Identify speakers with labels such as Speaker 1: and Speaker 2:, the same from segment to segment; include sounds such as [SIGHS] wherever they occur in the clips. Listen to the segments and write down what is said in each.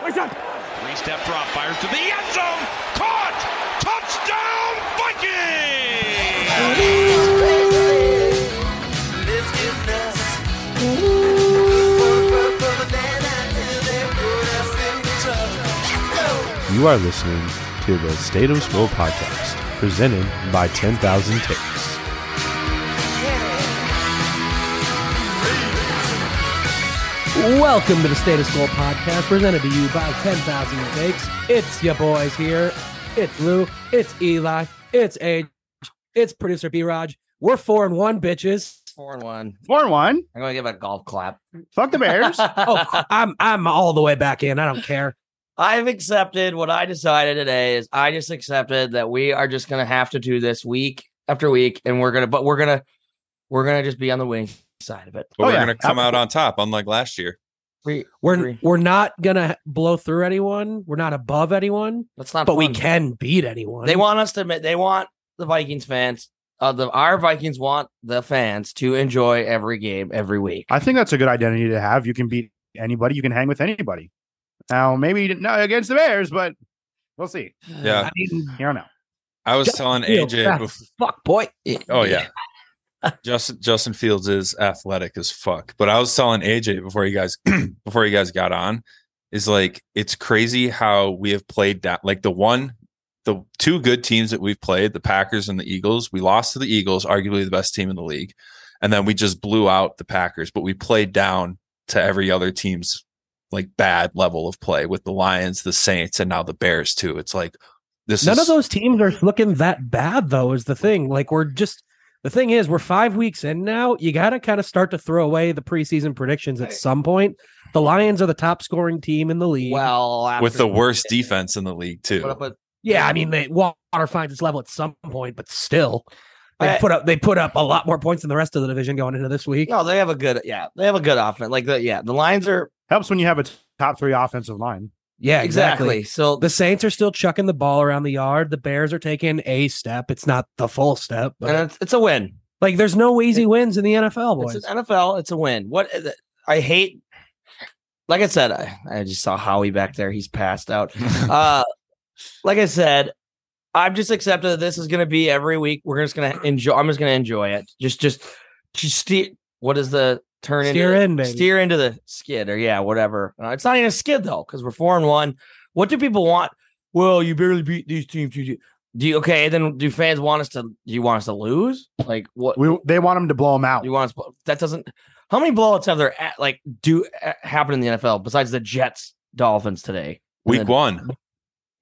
Speaker 1: Bryson.
Speaker 2: Three step drop, fires to the end zone. Caught! Touchdown, Vikings!
Speaker 3: You are listening to the State of Swole podcast, presented by 10,000 Takes.
Speaker 4: Welcome to the Status Quo podcast, presented to you by 10,000 Takes. It's your boys here. It's Lou. It's Eli. It's Age. It's producer B Raj. We're four and one, bitches.
Speaker 5: Four and one.
Speaker 6: Four and one.
Speaker 5: I'm gonna give a golf clap.
Speaker 6: Fuck
Speaker 2: [LAUGHS]
Speaker 6: the Bears.
Speaker 4: Oh, [LAUGHS] I'm I'm all the way back in. I don't care.
Speaker 5: I've accepted what I decided today is I just accepted that we are just gonna have to do this week after week, and we're gonna but we're gonna we're gonna just be on the wing side of it.
Speaker 2: But
Speaker 6: Oh,
Speaker 2: we're
Speaker 6: yeah.
Speaker 2: going to come out on top, unlike last year.
Speaker 5: We,
Speaker 4: We're
Speaker 5: Agree.
Speaker 4: we're not gonna blow through anyone. We're not above anyone,
Speaker 5: that's not
Speaker 4: but we
Speaker 5: fun.
Speaker 4: can beat anyone.
Speaker 5: They want us to admit they want the Vikings fans. Uh, the our Vikings want the fans to enjoy every game every week.
Speaker 6: I think that's a good identity to have. You can beat anybody. You can hang with anybody. Now, maybe not against the Bears, but we'll see.
Speaker 2: Yeah.
Speaker 6: I mean, you don't know.
Speaker 2: I was
Speaker 4: Justin
Speaker 2: telling
Speaker 4: Fields,
Speaker 2: AJ.
Speaker 4: fast
Speaker 2: bef-
Speaker 4: as fuck boy.
Speaker 2: oh yeah, Justin Justin Fields is athletic as fuck. But I was telling AJ before you guys [CLEARS THROAT] before you guys got on is like it's crazy how we have played down. Like the one, the two good teams that we've played, the Packers and the Eagles. We lost to the Eagles, arguably the best team in the league, and then we just blew out the Packers. But we played down to every other team's like bad level of play with the Lions, the Saints, and now the Bears too. It's like this.
Speaker 4: None
Speaker 2: is,
Speaker 4: of those teams are looking that bad, though, is the thing. Like, we're just the thing is, we're five weeks in now. You got to kind of start to throw away the preseason predictions at some point. The Lions are the top scoring team in the league.
Speaker 5: Well,
Speaker 2: with
Speaker 5: after-
Speaker 2: the worst defense in the league too.
Speaker 5: Put up a-
Speaker 4: yeah, I mean, they water finds its level at some point, but still, they
Speaker 5: I-
Speaker 4: put up they put up a lot more points than the rest of the division going into this week.
Speaker 5: no, they have a good yeah, they have a good offense. Like the yeah, the lines are
Speaker 6: Helps when you have a t- top three offensive line.
Speaker 4: Yeah, exactly.
Speaker 5: exactly. So
Speaker 4: The Saints are still chucking the ball around the yard. The Bears are taking a step. It's not the full step, but
Speaker 5: and it's, it's a win.
Speaker 4: like there's no easy wins in the NFL, boys.
Speaker 5: It's an NFL. It's a win. What is it? I hate, like I said, I, I just saw Howie back there. He's passed
Speaker 4: [LAUGHS]
Speaker 5: out. Uh, like I said, I've just accepted that this is going to be every week. We're just going to enjoy. I'm just going to enjoy it. Just, just, just steer. What is the turn?
Speaker 4: Steer
Speaker 5: into,
Speaker 4: in, baby.
Speaker 5: Steer into the skid, or yeah, whatever. Uh, It's not even a skid though, because we're four and one. What do people want? Well, you barely beat these teams. You do. Do you okay? Then do fans want us to? Do you want us to lose? Like what?
Speaker 6: We, they want them to blow them out.
Speaker 5: You want us that doesn't. How many blowouts have there at, like do uh, happen in the NFL besides the Jets Dolphins today?
Speaker 2: Week one,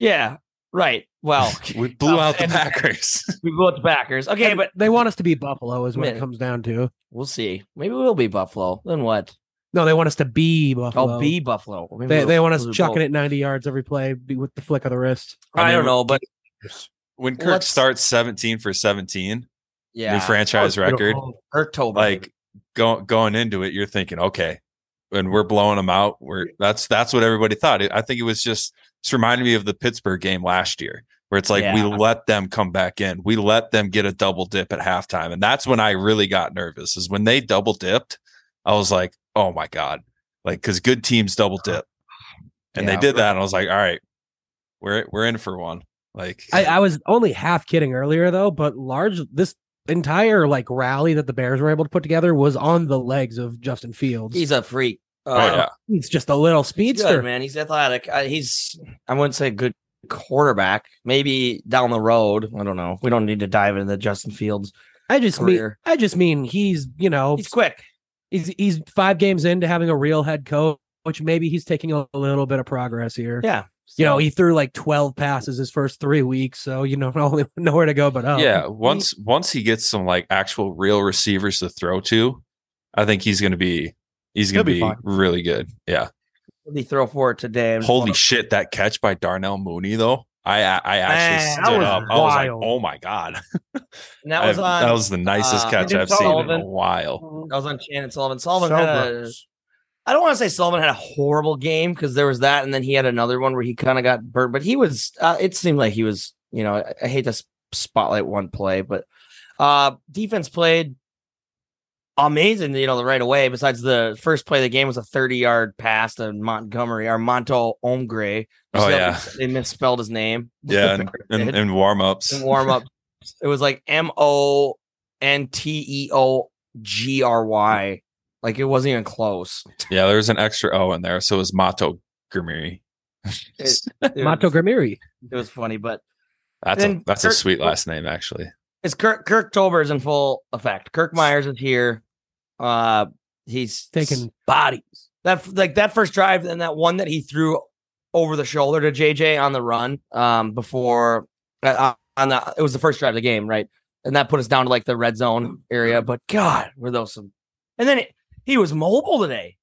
Speaker 5: Yeah, right. [LAUGHS] Well,
Speaker 2: [LAUGHS] we blew
Speaker 5: Oh,
Speaker 2: out the
Speaker 5: and-
Speaker 2: Packers. [LAUGHS]
Speaker 5: we blew out the Packers. Okay, but
Speaker 4: they want us to be Buffalo, is what it
Speaker 5: Man.
Speaker 4: comes down to.
Speaker 5: we'll see. Maybe we'll be Buffalo. Then what?
Speaker 4: No, they want us to be Buffalo.
Speaker 5: I'll be Buffalo. Maybe
Speaker 4: They,
Speaker 5: we'll-
Speaker 4: they want us
Speaker 5: we'll be
Speaker 4: chucking
Speaker 5: both.
Speaker 4: it 90 yards every play be with the flick of the wrist.
Speaker 5: I
Speaker 2: I mean,
Speaker 5: don't know, but
Speaker 2: When Kirk
Speaker 5: Let's-
Speaker 2: starts 17 for 17, new
Speaker 5: [LAUGHS] yeah,
Speaker 2: franchise
Speaker 6: That was
Speaker 2: record,
Speaker 6: beautiful.
Speaker 5: October.
Speaker 2: like go, going into it, you're thinking, okay, and we're blowing them out. We're that's that's what everybody thought. It- I think it was just it's reminded me of the Pittsburgh game last year, where it's like we
Speaker 5: Yeah.
Speaker 2: let them come back in, we let them get a double dip at halftime, and that's when I really got nervous. Is when they double dipped, I was like, oh my god, like because good teams double dip, and
Speaker 5: Yeah.
Speaker 2: they did that, and I was like, all right, we're we're in for one. Like
Speaker 4: I, I was only half kidding earlier, though, but large, this entire like rally that the Bears were able to put together was on the legs of Justin Fields.
Speaker 5: he's a freak.
Speaker 2: oh yeah.
Speaker 4: He's just a little
Speaker 5: He's
Speaker 4: speedster.
Speaker 5: good, man. He's athletic. Uh, he's I wouldn't say a good quarterback. Maybe down the road. I don't know. We don't need to dive into Justin Fields.
Speaker 4: I just mean,
Speaker 5: career.
Speaker 4: I just mean he's, you know,
Speaker 5: He's quick.
Speaker 4: he's, he's five games into having a real head coach, which maybe he's taking a little bit of progress here.
Speaker 5: Yeah.
Speaker 4: You know, he threw like 12 passes his first three weeks. So, you know, [LAUGHS] only nowhere to go but
Speaker 6: Oh,
Speaker 4: up.
Speaker 2: yeah once once he gets some like actual real receivers to throw to i think he's gonna be he's gonna
Speaker 6: He'll be
Speaker 2: be,
Speaker 6: fine.
Speaker 2: really good yeah
Speaker 5: What did he throw for it today? I'm just
Speaker 2: holy
Speaker 5: pulling up-
Speaker 2: shit that catch by darnell mooney though i i I actually
Speaker 5: Man,
Speaker 2: stood
Speaker 5: that was
Speaker 2: up i was like
Speaker 6: wild.
Speaker 2: oh my
Speaker 6: [LAUGHS]
Speaker 2: god
Speaker 5: And that was
Speaker 2: I've-
Speaker 5: on.
Speaker 2: that was the nicest
Speaker 5: uh,
Speaker 2: catch
Speaker 6: Jim
Speaker 2: i've seen in a
Speaker 5: Sullivan.
Speaker 2: while
Speaker 5: That was on Shannon Sullivan. Sullivan
Speaker 6: So
Speaker 5: had a,
Speaker 6: gross.
Speaker 5: I don't want to say Sullivan had a horrible game because there was that, and then he had another one where he kind of got burnt. But he was. Uh, it seemed like he was. You know, I, I hate to s- spotlight one play, but uh defense played amazing, you know, the right away. Besides the first play of the game was a 30 yard pass to Montgomery or Monto Omgre.
Speaker 2: Oh,
Speaker 5: So
Speaker 2: yeah.
Speaker 5: They misspelled his name. [LAUGHS]
Speaker 2: Yeah, and, and, and warm ups.
Speaker 5: in warm up. It was like M O N T E O G R Y. Like it wasn't even close.
Speaker 2: Yeah, there was an extra O in there, so it was Mato Grimiri.
Speaker 5: It- It
Speaker 4: Mato
Speaker 5: was,
Speaker 4: Gramiri.
Speaker 5: it was funny, but
Speaker 2: That's a
Speaker 5: And
Speaker 2: that's a
Speaker 5: Kirk-
Speaker 2: sweet last name, actually.
Speaker 5: it's Kirk Kirk Tober is in full effect. Kirk Myers is here. Uh he's
Speaker 4: Taking bodies.
Speaker 5: that like that first drive and that one that he threw over the shoulder to JJ on the run um before uh, on the it was the first drive of the game right and that put us down to like the red zone area but god were those some and then it, he was mobile today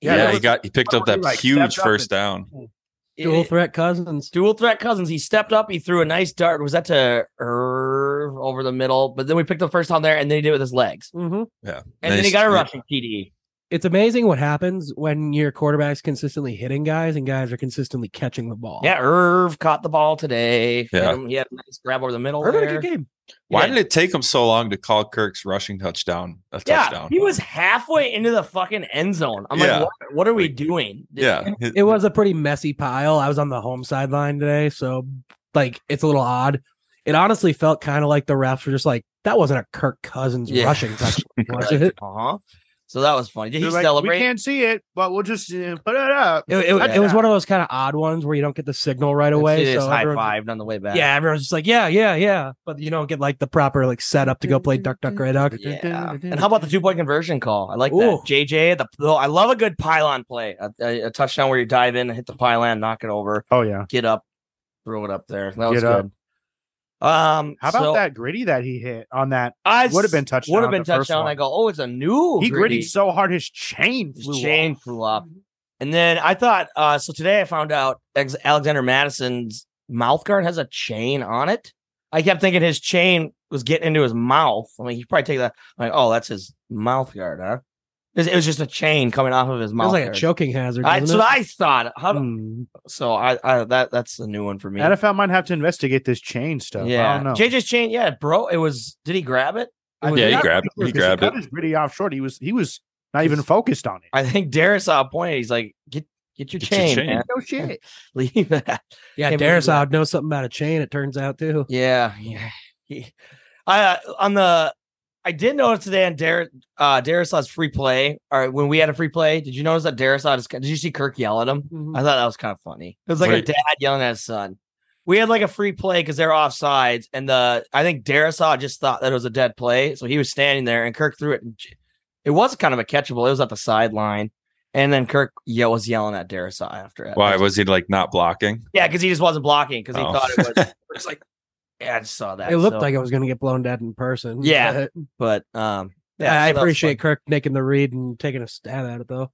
Speaker 2: Yeah,
Speaker 6: Yeah, that
Speaker 2: he
Speaker 6: was-
Speaker 2: got he picked up that
Speaker 6: Like,
Speaker 2: huge
Speaker 6: stepped up
Speaker 2: first
Speaker 6: and-
Speaker 2: down.
Speaker 4: Dual
Speaker 5: dual,
Speaker 4: threat cousins.
Speaker 5: dual threat cousins he stepped up he threw a nice dart was that to Irv over the middle but then we picked the first down there and then he did it with his legs
Speaker 4: hmm
Speaker 5: and
Speaker 2: Nice.
Speaker 5: then he got a rushing TD
Speaker 4: It's amazing what happens when your quarterback's consistently hitting guys and guys are consistently catching the ball.
Speaker 5: yeah Irv caught the ball today Hit
Speaker 2: Yeah.
Speaker 5: him- he had a nice grab over the middle
Speaker 4: Irvin had a
Speaker 5: there.
Speaker 4: good game.
Speaker 2: Why
Speaker 5: Yeah.
Speaker 2: did it take him so long to call Kirk's rushing touchdown a touchdown?
Speaker 5: He was halfway into the fucking end zone. I'm
Speaker 2: Yeah.
Speaker 5: like, what, what are we doing?
Speaker 2: yeah,
Speaker 4: It was a pretty messy pile. I was on the home sideline today, so like it's a little odd. It honestly felt kind of like the refs were just like, that wasn't a Kirk Cousins
Speaker 5: Yeah.
Speaker 4: rushing touchdown,
Speaker 5: [LAUGHS]
Speaker 4: was
Speaker 5: Uh
Speaker 4: it?
Speaker 5: huh. So that was funny. Did
Speaker 6: They're
Speaker 5: he
Speaker 6: like,
Speaker 5: celebrate?
Speaker 6: We can't see it, but we'll just uh, put it up.
Speaker 5: It, it-
Speaker 4: It was one of those kind of odd ones where you don't get the signal right
Speaker 5: it-
Speaker 4: away.
Speaker 5: it is
Speaker 4: so
Speaker 5: high
Speaker 4: everyone-
Speaker 5: fived on the way back.
Speaker 4: Yeah, everyone's just like, yeah, yeah, yeah, but you don't get like the proper like setup to go play Duck
Speaker 5: Mm-hmm.
Speaker 4: Duck Grey Duck.
Speaker 5: Yeah. And how about the two point conversion call? I like
Speaker 4: Ooh.
Speaker 5: that. JJ, the, the I love a good pylon play, a, a, a touchdown where you dive in and hit the pylon, knock it over,
Speaker 6: Oh yeah.
Speaker 5: get up, throw it up there. That was
Speaker 6: Get up.
Speaker 5: good. Um,
Speaker 6: How about
Speaker 5: so
Speaker 6: that gritty that he hit on that?
Speaker 5: I
Speaker 6: Would've been touchdown
Speaker 5: Would have been
Speaker 6: the first
Speaker 5: touchdown.
Speaker 6: one.
Speaker 5: I go, oh, it's a new.
Speaker 6: He
Speaker 5: gritty.
Speaker 6: gritted so hard his chain
Speaker 5: His
Speaker 6: flew
Speaker 5: chain
Speaker 6: off.
Speaker 5: flew off. And then I thought, uh, so today I found out ex- Alexander Madison's mouth guard has a chain on it. I kept thinking his chain was getting into his mouth. I mean, he probably take that. I'm like, oh, that's his mouth guard, huh? It was, it was just a chain coming off of his
Speaker 4: It
Speaker 5: mouth.
Speaker 4: was like a
Speaker 5: guard.
Speaker 4: choking hazard.
Speaker 5: I,
Speaker 4: wasn't
Speaker 5: that's what
Speaker 4: it?
Speaker 5: I thought. How do,
Speaker 6: Hmm.
Speaker 5: so I, I that that's a new one for me.
Speaker 6: NFL might have to investigate this chain stuff. I
Speaker 5: yeah,
Speaker 6: don't know.
Speaker 5: JJ's chain. Yeah, bro. It was. Did he grab it?
Speaker 6: I
Speaker 2: Yeah, he
Speaker 6: forgot
Speaker 2: grabbed-
Speaker 6: because
Speaker 2: he grabbed
Speaker 6: cut
Speaker 2: it.
Speaker 6: His gritty off short. He was he was not even focused on it.
Speaker 5: I think Darius saw a point. He's like, get get your
Speaker 2: Get your
Speaker 5: chain.
Speaker 2: chain.
Speaker 5: man. [LAUGHS]
Speaker 6: No shit.
Speaker 5: Leave that.
Speaker 4: yeah,
Speaker 5: can't believe
Speaker 4: Darisaw would know something about a chain. It turns out too.
Speaker 5: Yeah, yeah. He- I uh, on the I did notice today on Dar uh Darisaw's free play or when we had a free play. Did you notice that Darisaw just did you see Kirk yell at him?
Speaker 4: Mm-hmm.
Speaker 5: I thought that was kind of funny. It was like
Speaker 2: Wait.
Speaker 5: a dad yelling at his son. We had like a free play because they're offsides, and the I think Darisaw just thought that it was a dead play, so he was standing there, and Kirk threw it. and j- It was kind of a catchable. It was at the sideline, and then Kirk yell was yelling at Darisaw after it.
Speaker 2: why was he like not blocking?
Speaker 5: Yeah, because he just wasn't blocking because he
Speaker 2: Oh.
Speaker 5: thought it was.
Speaker 2: [LAUGHS]
Speaker 5: it was like, yeah, I just saw that.
Speaker 4: It looked
Speaker 5: so-
Speaker 4: like I was going to get blown dead in person.
Speaker 5: Yeah.
Speaker 4: but-
Speaker 5: but um
Speaker 4: Yeah, I
Speaker 5: so that was
Speaker 4: appreciate Kirk making the read and taking a stab at it though.
Speaker 5: fun.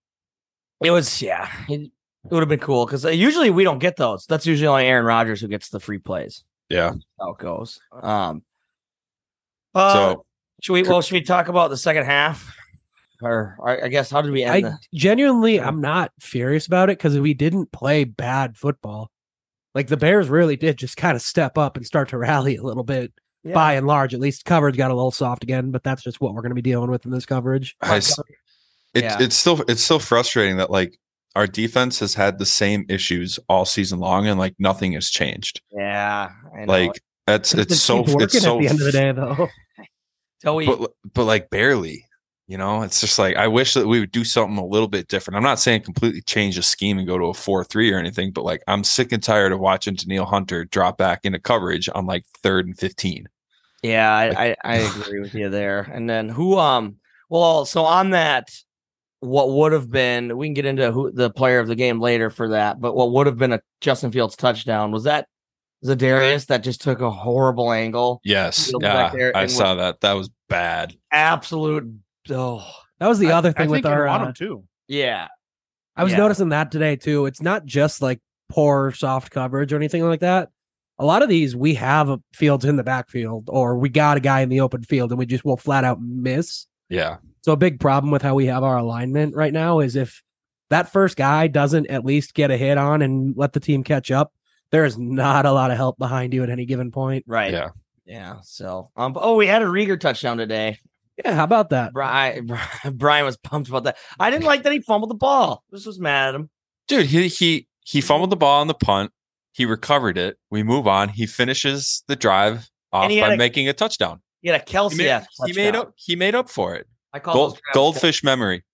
Speaker 5: it was yeah it, it would have been cool because usually we don't get those that's usually only aaron Rodgers who gets the free plays
Speaker 2: Yeah.
Speaker 5: how it goes um uh,
Speaker 2: so
Speaker 5: should we well should we talk about the second half or I, I guess how did we end
Speaker 4: I
Speaker 5: the-
Speaker 4: genuinely, I'm not furious about it because we didn't play bad football. Like the Bears really did just kind of step up and start to rally a little bit.
Speaker 5: Yeah.
Speaker 4: By and large, at least coverage got a little soft again, but that's just what we're going to be dealing with in this coverage.
Speaker 2: I s- it,
Speaker 5: Yeah.
Speaker 2: it's still it's still frustrating that like our defense has had the same issues all season long and like nothing has changed.
Speaker 5: yeah I know.
Speaker 2: Like that's
Speaker 4: It
Speaker 2: it's
Speaker 4: just
Speaker 2: so
Speaker 4: keeps working
Speaker 2: it's so
Speaker 4: at the end of the day, though.
Speaker 5: till we
Speaker 2: but but like barely you know it's just like i wish that we would do something a little bit different i'm not saying completely change the scheme and go to a 4-3 or anything but like i'm sick and tired of watching Daniil hunter drop back into coverage on like third and 15
Speaker 5: Yeah, I, I, I agree with you there. And then who um well so on that what would have been we can get into who the player of the game later for that, but what would have been a Justin Fields touchdown was that Zadarius that just took a horrible angle.
Speaker 2: yes
Speaker 5: Fields
Speaker 2: yeah
Speaker 5: back there
Speaker 2: i
Speaker 5: and
Speaker 2: saw that that was bad
Speaker 5: Absolute oh
Speaker 4: That was the
Speaker 6: I-
Speaker 4: other thing
Speaker 6: I
Speaker 4: with
Speaker 6: think you
Speaker 4: our.
Speaker 6: want
Speaker 4: uh,
Speaker 6: him too.
Speaker 5: yeah.
Speaker 4: I was
Speaker 5: Yeah.
Speaker 4: noticing that today too. It's not just like poor soft coverage or anything like that. A lot of these we have a fields in the backfield or we got a guy in the open field and we just will flat out miss.
Speaker 2: yeah
Speaker 4: So a big problem with how we have our alignment right now is if that first guy doesn't at least get a hit on and let the team catch up, there is not a lot of help behind you at any given point.
Speaker 5: Right.
Speaker 2: yeah
Speaker 5: Yeah. So um but- oh we had a Rieger touchdown today.
Speaker 4: Yeah, how about that?
Speaker 5: Brian, [LAUGHS] Brian was pumped about that. I didn't like that he fumbled the ball. This was mad at him.
Speaker 2: dude. He he he fumbled the ball on the punt. He recovered it. We move on. He finishes the drive off
Speaker 5: And he
Speaker 2: by
Speaker 5: had a-
Speaker 2: making a touchdown.
Speaker 5: He had
Speaker 2: He
Speaker 5: a Kelsey.
Speaker 2: made,
Speaker 5: ass
Speaker 2: he made
Speaker 5: touchdown.
Speaker 2: up. He made up for it.
Speaker 5: I call those
Speaker 2: Gold,
Speaker 5: Travis Kelsey.
Speaker 2: goldfish memory.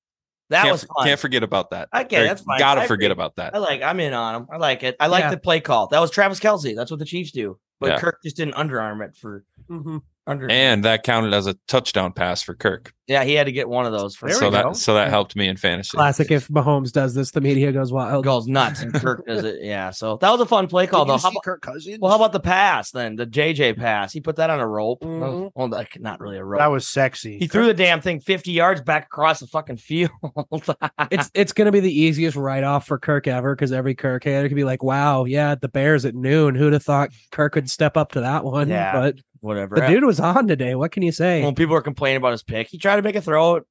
Speaker 5: That
Speaker 2: can't,
Speaker 5: was fun.
Speaker 2: Can't forget about that.
Speaker 5: Okay,
Speaker 2: Or
Speaker 5: that's fine.
Speaker 2: Gotta
Speaker 5: I
Speaker 2: forget
Speaker 5: agree.
Speaker 2: about that.
Speaker 5: I like. I'm in on him. I like it. I like
Speaker 4: Yeah.
Speaker 5: the play call. That was Travis Kelsey. That's what the Chiefs do. But
Speaker 2: Yeah.
Speaker 5: Kirk just didn't underarm it for
Speaker 4: Mhm.
Speaker 5: under.
Speaker 2: And that counted as a touchdown pass for Kirk.
Speaker 5: yeah, he had to get one of those for
Speaker 6: There
Speaker 2: so
Speaker 6: we
Speaker 2: that
Speaker 6: go.
Speaker 2: so that helped me in fantasy.
Speaker 4: Classic. If Mahomes does this, the media goes wild.
Speaker 5: goes nuts, and Kirk does it. Yeah, so that was a fun play call though. How about,
Speaker 6: Kirk Cousins?
Speaker 5: well, how about the pass then? The JJ pass. He put that on a rope.
Speaker 4: Mhm.
Speaker 5: Well, like not really a rope.
Speaker 6: Mm-hmm. that was sexy.
Speaker 5: he threw the damn thing 50 yards back across the fucking field. [LAUGHS]
Speaker 4: It's it's gonna be the easiest write off for Kirk ever because every Kirk hater could be like, "Wow, yeah, the Bears at noon. Who'd have thought Kirk could step up to that one?"
Speaker 6: Yeah.
Speaker 4: But
Speaker 5: Whatever.
Speaker 4: the dude was on today. What can you say?
Speaker 5: when people were complaining about his pick, he tried to make a throw.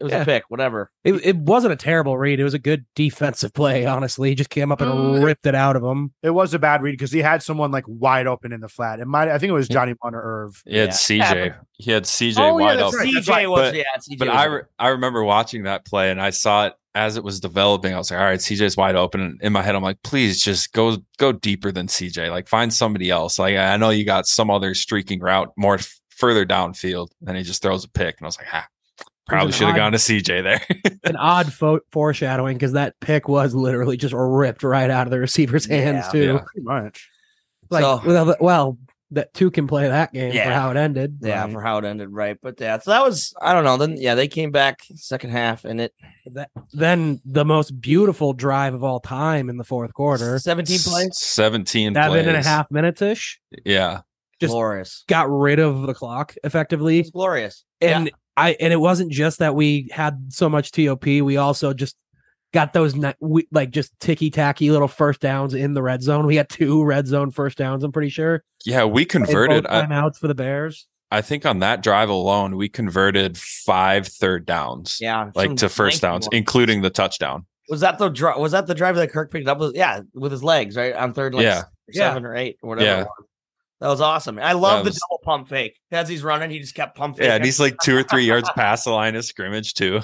Speaker 5: It was
Speaker 4: Yeah.
Speaker 5: a pick, whatever.
Speaker 4: It, it wasn't a terrible read. It was a good defensive play. Honestly, he just came up
Speaker 6: Uh,
Speaker 4: and ripped it out of him.
Speaker 6: it was a bad read because he had someone like wide open in the flat. It might I think it was Johnny Munn or Irv.
Speaker 2: He had
Speaker 5: Yeah.
Speaker 2: CJ. He had CJ
Speaker 6: Oh, yeah,
Speaker 2: wide
Speaker 6: that's
Speaker 2: open.
Speaker 6: right.
Speaker 5: CJ
Speaker 6: why-
Speaker 5: was
Speaker 2: but-
Speaker 5: yeah, CJ
Speaker 2: But
Speaker 5: was
Speaker 2: I
Speaker 5: a-
Speaker 2: re- I remember watching that play and I saw it as it was developing. I was like, all right, CJ's wide open. And in my head, I'm like, please just go go deeper than CJ. Like find somebody else. Like I know you got some other streaking route more f- further downfield. And he just throws a pick. And I was like, ah, probably
Speaker 4: an
Speaker 2: should have
Speaker 4: odd-
Speaker 2: gone to CJ there. [LAUGHS]
Speaker 4: An odd fo- foreshadowing because that pick was literally just ripped right out of the receiver's hands
Speaker 5: Yeah.
Speaker 4: too.
Speaker 2: Yeah.
Speaker 6: [LAUGHS] Pretty much.
Speaker 4: Like,
Speaker 5: So-
Speaker 4: well, well, that two can play that game for
Speaker 5: Yeah.
Speaker 4: how it ended.
Speaker 5: yeah
Speaker 6: Right.
Speaker 5: for how it ended right but yeah so that was i don't know then yeah they came back second half and it
Speaker 4: That, then the most beautiful drive of all time in the fourth quarter,
Speaker 5: 17
Speaker 6: [SNIFFS]
Speaker 5: plays
Speaker 2: 17
Speaker 4: seven
Speaker 2: plays.
Speaker 4: and a half minutes ish,
Speaker 2: Yeah.
Speaker 4: Just-
Speaker 5: glorious
Speaker 4: got rid of the clock effectively.
Speaker 5: it's glorious
Speaker 4: And I and it wasn't just that we had so much TOP. We also just got those ni- we, like just ticky tacky little first downs in the red zone. We had two red zone first downs. I'm pretty sure.
Speaker 2: Yeah. We
Speaker 4: Played
Speaker 2: converted.
Speaker 4: both
Speaker 2: I,
Speaker 4: timeouts for
Speaker 2: [LAUGHS]
Speaker 4: the Bears.
Speaker 2: I think on that drive alone, we converted five third downs,
Speaker 5: yeah
Speaker 2: like
Speaker 5: some
Speaker 2: to first
Speaker 5: lengthy
Speaker 2: downs,
Speaker 5: one.
Speaker 2: including the touchdown.
Speaker 5: was that the drive was that the drive that kirk picked up with yeah with his legs right on third like
Speaker 2: Yeah.
Speaker 5: s- seven or eight or whatever
Speaker 2: Yeah.
Speaker 5: it was. that was awesome i love
Speaker 2: That
Speaker 5: the
Speaker 2: was-
Speaker 5: double pump fake as he's running he just kept pump faking.
Speaker 2: Yeah, and he's like two or three yards past the line of scrimmage too.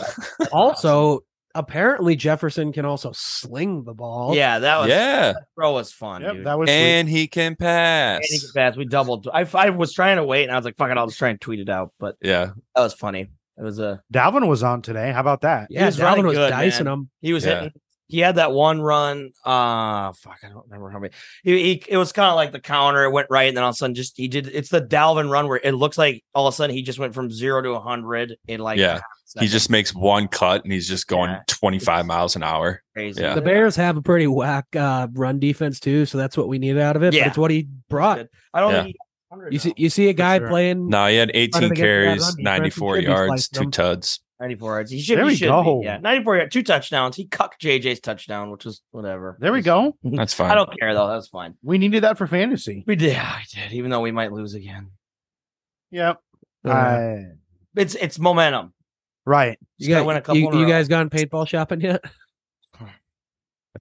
Speaker 4: Also, apparently Jefferson can also sling the ball.
Speaker 5: yeah that was
Speaker 2: yeah,
Speaker 5: that throw was fun
Speaker 6: Yep,
Speaker 5: dude.
Speaker 6: that was
Speaker 2: and he can pass.
Speaker 5: And he could pass. we doubled I, I was trying to wait and i was like fuck it i'll just try and tweet it out but
Speaker 2: Yeah,
Speaker 5: that was funny it was a
Speaker 6: sweet. Dalvin was on today. How about that?
Speaker 4: yeah.
Speaker 5: was
Speaker 4: Dalvin
Speaker 5: running
Speaker 4: was
Speaker 5: good,
Speaker 4: dicing
Speaker 5: man.
Speaker 4: him.
Speaker 5: He was
Speaker 2: Yeah.
Speaker 5: hitting. He had that one run. Uh fuck, I don't remember how many. He, he it was kind of like the counter. It went right, and then all of a sudden, just he did. It's the Dalvin run where it looks like all of a sudden he just went from zero to hundred in like
Speaker 2: Yeah.
Speaker 5: half a
Speaker 2: he
Speaker 5: second.
Speaker 2: just makes one cut and he's just going
Speaker 5: Yeah.
Speaker 2: 25 miles an hour.
Speaker 5: crazy.
Speaker 2: yeah.
Speaker 4: The Bears have a pretty whack uh, run defense too, so that's what we needed out of it. But
Speaker 5: Yeah.
Speaker 4: it's what he brought.
Speaker 5: Good. I don't
Speaker 2: Yeah.
Speaker 5: think he got 100
Speaker 4: You see,
Speaker 5: though.
Speaker 4: you see a guy
Speaker 6: sure.
Speaker 4: playing.
Speaker 2: No, he had
Speaker 4: Running
Speaker 2: 18
Speaker 4: against that
Speaker 2: carries,
Speaker 4: run defense,
Speaker 2: 94
Speaker 4: he should be
Speaker 2: yards,
Speaker 4: slicing
Speaker 2: two
Speaker 4: them.
Speaker 2: tuds.
Speaker 5: ninety-four yards. He should.
Speaker 6: There
Speaker 5: he
Speaker 6: we
Speaker 5: should
Speaker 6: go.
Speaker 5: Be, yeah, ninety-four yards, two touchdowns. He cucked JJ's touchdown, which was whatever.
Speaker 6: There we
Speaker 5: It was-
Speaker 6: go.
Speaker 2: That's
Speaker 5: I
Speaker 2: fine.
Speaker 5: don't care though. That was fine.
Speaker 6: We needed that for fantasy.
Speaker 5: We did. I did. Even though we might lose again,
Speaker 6: Yep.
Speaker 4: Uh,
Speaker 6: Uh,
Speaker 5: it's it's momentum.
Speaker 6: right.
Speaker 4: you,
Speaker 5: Just gotta
Speaker 4: guys-
Speaker 5: win a couple
Speaker 4: you-
Speaker 5: in a
Speaker 4: you
Speaker 5: row.
Speaker 4: guys gone paintball
Speaker 2: [LAUGHS]
Speaker 4: shopping yet?
Speaker 2: I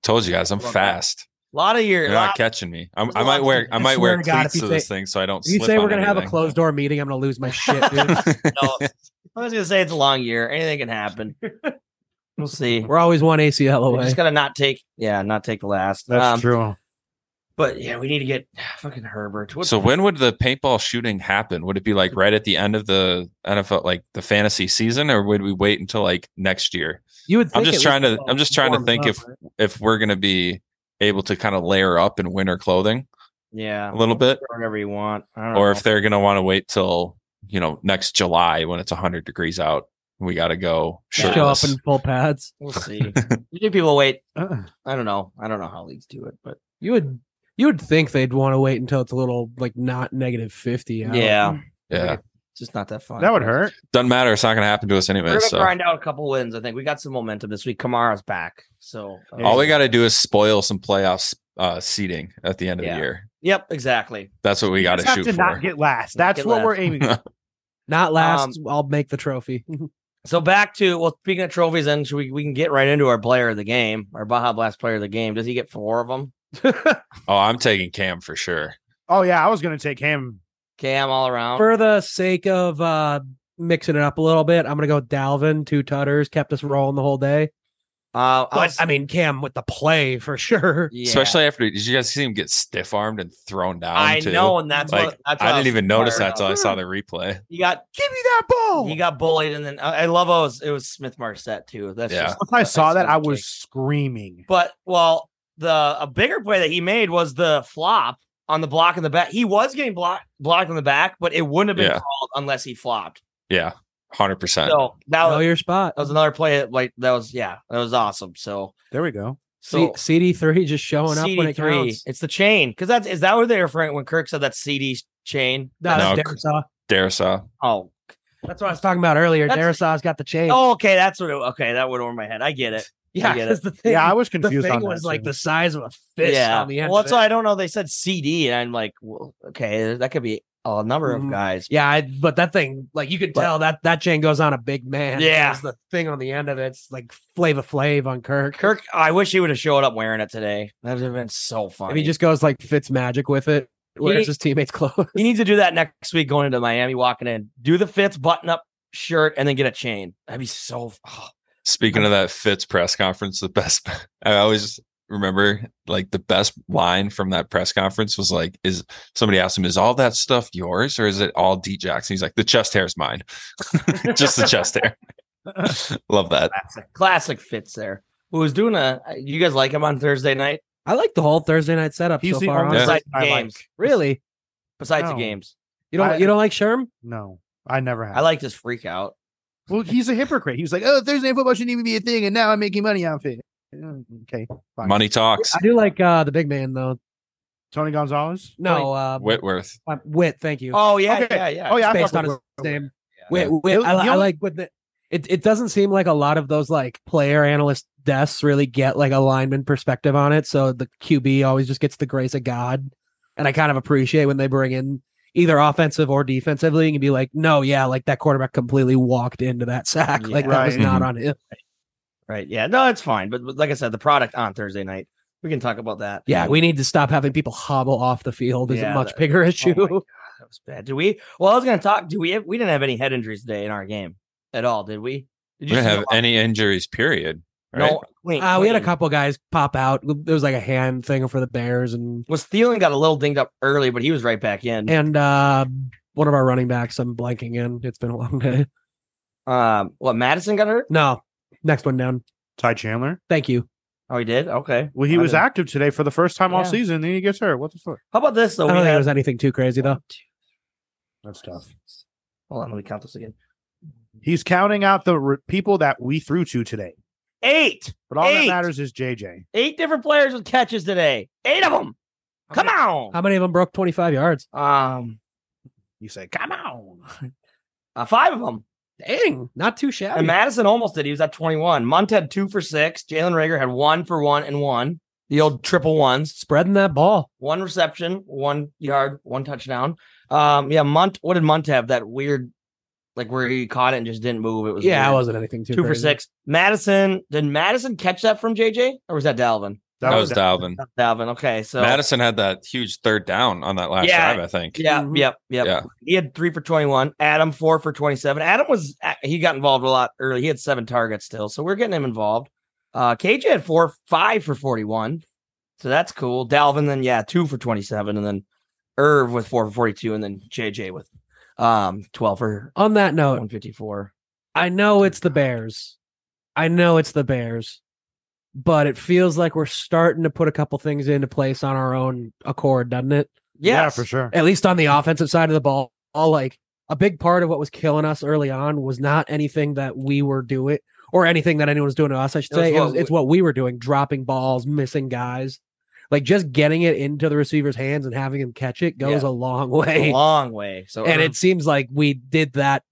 Speaker 2: told you guys, I'm
Speaker 5: Well,
Speaker 2: fast.
Speaker 5: A lot of your
Speaker 2: You're
Speaker 5: lot,
Speaker 2: not catching me. I'm,
Speaker 5: There's a
Speaker 2: I
Speaker 5: lot
Speaker 2: might
Speaker 5: of
Speaker 2: wear
Speaker 5: things-
Speaker 2: I
Speaker 4: I
Speaker 2: might
Speaker 4: swear
Speaker 2: wear
Speaker 4: to God,
Speaker 2: cleats
Speaker 4: if
Speaker 2: to
Speaker 4: you
Speaker 2: this thing so I don't.
Speaker 4: If you
Speaker 2: slip
Speaker 4: say
Speaker 2: on
Speaker 4: we're gonna have a
Speaker 2: anything.
Speaker 4: closed door meeting, I'm gonna lose my
Speaker 2: [LAUGHS]
Speaker 4: shit, dude.
Speaker 6: [LAUGHS]
Speaker 5: No, I was gonna say it's a long year. Anything can happen. We'll see.
Speaker 4: We're always one ACL
Speaker 5: We
Speaker 4: away.
Speaker 5: just gotta not take, yeah, not take the last.
Speaker 6: Oh, That's
Speaker 5: Um,
Speaker 6: true.
Speaker 5: But yeah, we need to get [SIGHS] fucking Herbert. What
Speaker 2: so when would the paintball shooting happen? Would it be like right at the end of the NFL, like the fantasy season, or would we wait until like next year?
Speaker 4: You would.
Speaker 2: I'm
Speaker 4: think
Speaker 2: just
Speaker 4: it
Speaker 2: trying
Speaker 4: was
Speaker 2: to. I'm just trying to
Speaker 4: warming
Speaker 2: think
Speaker 4: up,
Speaker 2: if if we're gonna be able to kind of layer up in winter clothing
Speaker 5: [LAUGHS] yeah,
Speaker 2: a little bit,
Speaker 5: whatever you want. I don't
Speaker 2: or
Speaker 5: know.
Speaker 2: if they're gonna want to wait till you know next July when it's 100 degrees out. and We gotta go
Speaker 5: Yeah.
Speaker 4: show up
Speaker 2: shirtless.
Speaker 4: in full pads.
Speaker 2: [LAUGHS]
Speaker 5: we'll see. Usually people wait.
Speaker 6: Uh,
Speaker 5: I don't know. I don't know how leagues do it, but
Speaker 4: You would. You would think they'd want to wait until it's a little like not negative fifty. out.
Speaker 5: yeah,
Speaker 2: yeah,
Speaker 5: it's just not that fun.
Speaker 6: that would hurt.
Speaker 2: doesn't matter. It's not gonna happen to us
Speaker 5: We're
Speaker 2: anyway.
Speaker 5: gonna
Speaker 2: So
Speaker 5: grind out a couple wins. I think we got some momentum this week. Kamara's back, so uh,
Speaker 2: all we gotta do is spoil some playoffs uh, seating at the end of
Speaker 5: Yeah.
Speaker 2: the year.
Speaker 5: Yep, exactly.
Speaker 2: That's what we
Speaker 6: You
Speaker 2: gotta
Speaker 6: just have
Speaker 2: shoot
Speaker 6: to
Speaker 2: for.
Speaker 6: not get last. That's
Speaker 5: Get
Speaker 6: what
Speaker 5: last.
Speaker 6: we're aiming. for.
Speaker 4: Not last.
Speaker 5: Um,
Speaker 4: I'll make the trophy.
Speaker 5: So back to well, speaking of trophies, then should we we can get right into our player of the game, our Baja Blast player of the game. Does he get four of them?
Speaker 2: oh, I'm taking Cam for sure.
Speaker 6: oh yeah, I was gonna take him.
Speaker 5: Cam all around.
Speaker 4: For the sake of uh mixing it up a little bit. I'm gonna go with Dalvin, two tutters, kept us rolling the whole day.
Speaker 5: Uh, I'll
Speaker 4: But
Speaker 5: s-
Speaker 4: I mean, Cam with the play for sure.
Speaker 5: yeah.
Speaker 2: Especially after did you guys see him get stiff armed and thrown down?
Speaker 5: I
Speaker 2: too?
Speaker 5: know, and that's
Speaker 2: Like
Speaker 5: what that's what
Speaker 2: I
Speaker 5: was
Speaker 2: didn't even notice
Speaker 5: fired
Speaker 2: that till
Speaker 5: up.
Speaker 2: I saw the replay.
Speaker 5: He got
Speaker 6: Give me that ball.
Speaker 5: he got bullied, and then I, I love how it was, it was Smith Marset too. That's
Speaker 2: Yeah.
Speaker 5: just,
Speaker 6: Once I saw that, I
Speaker 5: that's
Speaker 6: was
Speaker 5: okay.
Speaker 6: screaming.
Speaker 5: But well, the a bigger play that he made was the flop on the block in the back. He was getting blocked blocked in the back, but it wouldn't have been
Speaker 2: Yeah.
Speaker 5: called unless he flopped.
Speaker 2: Yeah, hundred percent.
Speaker 5: So that
Speaker 4: Know
Speaker 5: was,
Speaker 4: your spot.
Speaker 5: that was another play. That, like that was yeah, that was awesome. So
Speaker 6: There we go.
Speaker 5: so
Speaker 4: CD three just showing up when it
Speaker 5: CD3,
Speaker 4: counts.
Speaker 5: it's the chain because that's is that where they're referring when Kirk said that CD chain.
Speaker 4: No,
Speaker 2: No,
Speaker 4: that's Darisaw.
Speaker 2: Darisaw.
Speaker 5: Oh,
Speaker 4: That's what I was talking about earlier.
Speaker 5: That's-
Speaker 4: Darisaw's got the chain.
Speaker 5: oh, okay, that's what. It, okay, that went over my head. I get it.
Speaker 4: [LAUGHS] yeah,
Speaker 5: I get
Speaker 4: 'cause
Speaker 5: it.
Speaker 4: the thing,
Speaker 6: Yeah, I was
Speaker 4: the
Speaker 6: confused.
Speaker 4: thing
Speaker 6: on
Speaker 4: was
Speaker 6: that
Speaker 4: like
Speaker 6: too.
Speaker 4: the size of a fist
Speaker 5: yeah.
Speaker 4: on the end.
Speaker 5: well,
Speaker 4: of
Speaker 5: that's
Speaker 4: it.
Speaker 5: why I don't know. They said CD, and I'm like, well, okay, that could be a number of
Speaker 4: Mhm.
Speaker 5: guys.
Speaker 4: Yeah, I, but that thing, like you could
Speaker 5: But-
Speaker 4: tell that that chain goes on a big man.
Speaker 5: Yeah.
Speaker 4: There's the thing on the end of it's like Flava Flav on Kirk.
Speaker 5: Kirk, I wish he would have showed up wearing it today. That would have been so fun.
Speaker 4: If he just goes like Fitz Magic with it, wears his teammates' clothes. [LAUGHS]
Speaker 5: he needs to do that next week going into Miami, walking in, do the Fitz button up shirt, and then get a chain. That'd be so. Oh,
Speaker 2: Speaking of that Fitz press conference, the best [LAUGHS] I always remember like the best line from that press conference was like, is somebody asked him, is all that stuff yours or is it all D Jackson? He's like, the chest hair is mine. [LAUGHS] Just the chest hair. Love that.
Speaker 5: classic, classic Fitz there. Who was doing a? uh, You guys like him on Thursday night?
Speaker 4: I like the whole Thursday night setup
Speaker 6: He's
Speaker 4: so
Speaker 6: the
Speaker 4: far.
Speaker 6: only
Speaker 4: honestly.
Speaker 5: Besides
Speaker 6: I like.
Speaker 5: games,
Speaker 4: Really,
Speaker 5: besides
Speaker 6: No.
Speaker 5: the games,
Speaker 4: you don't
Speaker 6: I-
Speaker 4: you don't like Sherm?
Speaker 6: no, I never have.
Speaker 5: I like his freak out.
Speaker 6: Well, he's a hypocrite. He was like, "Oh, Thursday night football shouldn't even be a thing," and now I'm making money off it. Mm, Okay, fine.
Speaker 2: Money talks.
Speaker 4: I do like uh the big man though.
Speaker 6: Tony Gonzalez.
Speaker 4: No, uh, Wit.
Speaker 2: Whitworth.
Speaker 4: Wit thank you.
Speaker 5: Oh yeah,
Speaker 6: Okay.
Speaker 5: yeah, yeah.
Speaker 6: Oh yeah, I
Speaker 4: based
Speaker 6: fuck
Speaker 4: on
Speaker 6: with
Speaker 4: his
Speaker 6: Will.
Speaker 4: name.
Speaker 2: Yeah.
Speaker 4: Wait, wait,
Speaker 6: The-
Speaker 4: I,
Speaker 6: the
Speaker 4: I
Speaker 6: only-
Speaker 4: like with the, it. It doesn't seem like a lot of those like player analyst desks really get like a lineman perspective on it. So the QB always just gets the grace of God, and I kind of appreciate when they bring in either offensive or defensively and be like, no, yeah, like that quarterback completely walked into that sack, like that was
Speaker 6: Right.
Speaker 4: not on him.
Speaker 5: Right. Yeah. No, it's fine. But, but like I said, the product on Thursday night, we can talk about that.
Speaker 4: Yeah, we need to stop having people hobble off the field. Is
Speaker 5: Yeah,
Speaker 4: a much
Speaker 5: that-
Speaker 4: bigger
Speaker 5: Oh my
Speaker 4: issue.
Speaker 5: God, that was bad. Do we? Well, I was going to talk. Do we? Have, we didn't have any head injuries today in our game at all, did we? Did
Speaker 2: We didn't
Speaker 5: see
Speaker 2: have
Speaker 5: a lot?
Speaker 2: any injuries, period. Right?
Speaker 5: No.
Speaker 4: [LAUGHS]
Speaker 5: Wait,
Speaker 4: Uh, we had a
Speaker 5: wait.
Speaker 4: couple guys pop out. There was like a hand thing for the Bears, and
Speaker 5: Was Thielen got a little dinged up early, but he was right back in.
Speaker 4: and uh, one of our running backs. I'm blanking in. It's been a long [LAUGHS] day.
Speaker 5: um, what Madison got hurt?
Speaker 4: No, next one down.
Speaker 6: Ty Chandler.
Speaker 4: Thank you.
Speaker 5: Oh, he did. Okay.
Speaker 6: Well,
Speaker 5: I
Speaker 6: he was
Speaker 5: didn't-
Speaker 6: active today for the first time all
Speaker 5: Yeah.
Speaker 6: season. Then he gets hurt. What the fuck?
Speaker 5: How about this though?
Speaker 4: I
Speaker 5: We
Speaker 4: don't think it
Speaker 5: had,
Speaker 4: was anything too crazy though.
Speaker 6: That's tough.
Speaker 5: hold on, let me count this again.
Speaker 6: He's counting out the re- people that we threw to today,
Speaker 5: Eight,
Speaker 6: but all
Speaker 5: Eight.
Speaker 6: that matters is JJ.
Speaker 5: eight different players with catches today. Eight of them. Come
Speaker 4: How many of them broke 25 yards?
Speaker 5: on. Um,
Speaker 6: You say, "Come on."
Speaker 5: uh, five of them.
Speaker 4: Dang, not too shabby.
Speaker 5: And Madison almost did. He was at 21. Munt had two for six. Jalen Rager had one for one and one. The old triple ones,
Speaker 4: Spreading that ball.
Speaker 5: one reception, one yard, one touchdown. Um, yeah, Munt. What did Munt have? That weird, like where he caught it and just didn't move. It was
Speaker 4: Yeah, it
Speaker 5: weird.
Speaker 4: wasn't anything too
Speaker 5: two for
Speaker 4: crazy.
Speaker 5: six. Madison. Did Madison catch that from JJ or was that Dalvin?
Speaker 2: That, was
Speaker 6: that.
Speaker 2: Dalvin.
Speaker 5: Dalvin. Okay, so
Speaker 2: Madison had that huge third down on that last
Speaker 5: Yeah.
Speaker 2: drive, I think.
Speaker 5: Yeah,
Speaker 6: Mm-hmm.
Speaker 4: Mhm.
Speaker 5: yep, yep.
Speaker 2: Yeah.
Speaker 5: He had three for 21. Adam, four for 27. Adam was, he got involved a lot early. He had seven targets still. So we're getting him involved. Uh, KJ had four, five for 41. So that's cool. Dalvin, then, yeah, two for 27. And then Irv with four for 42. And then JJ with um 12 for
Speaker 4: On that note,
Speaker 5: 154.
Speaker 4: I know it's the Bears. I know it's the Bears. But it feels like we're starting to put a couple things into place on our own accord, doesn't it?
Speaker 6: Yeah,
Speaker 5: Yes.
Speaker 6: for sure.
Speaker 4: at least on the offensive side of the ball, all like a big part of what was killing us early on was not anything that we were doing or anything that anyone was doing to us. I should
Speaker 5: It was
Speaker 4: say it
Speaker 5: what
Speaker 4: was,
Speaker 5: we-
Speaker 4: it's what we were doing, dropping balls, missing guys, like just getting it into the receiver's hands and having him catch it goes a long [LAUGHS] way.
Speaker 5: A long way. So
Speaker 4: and
Speaker 5: Irv-
Speaker 4: it seems like we did that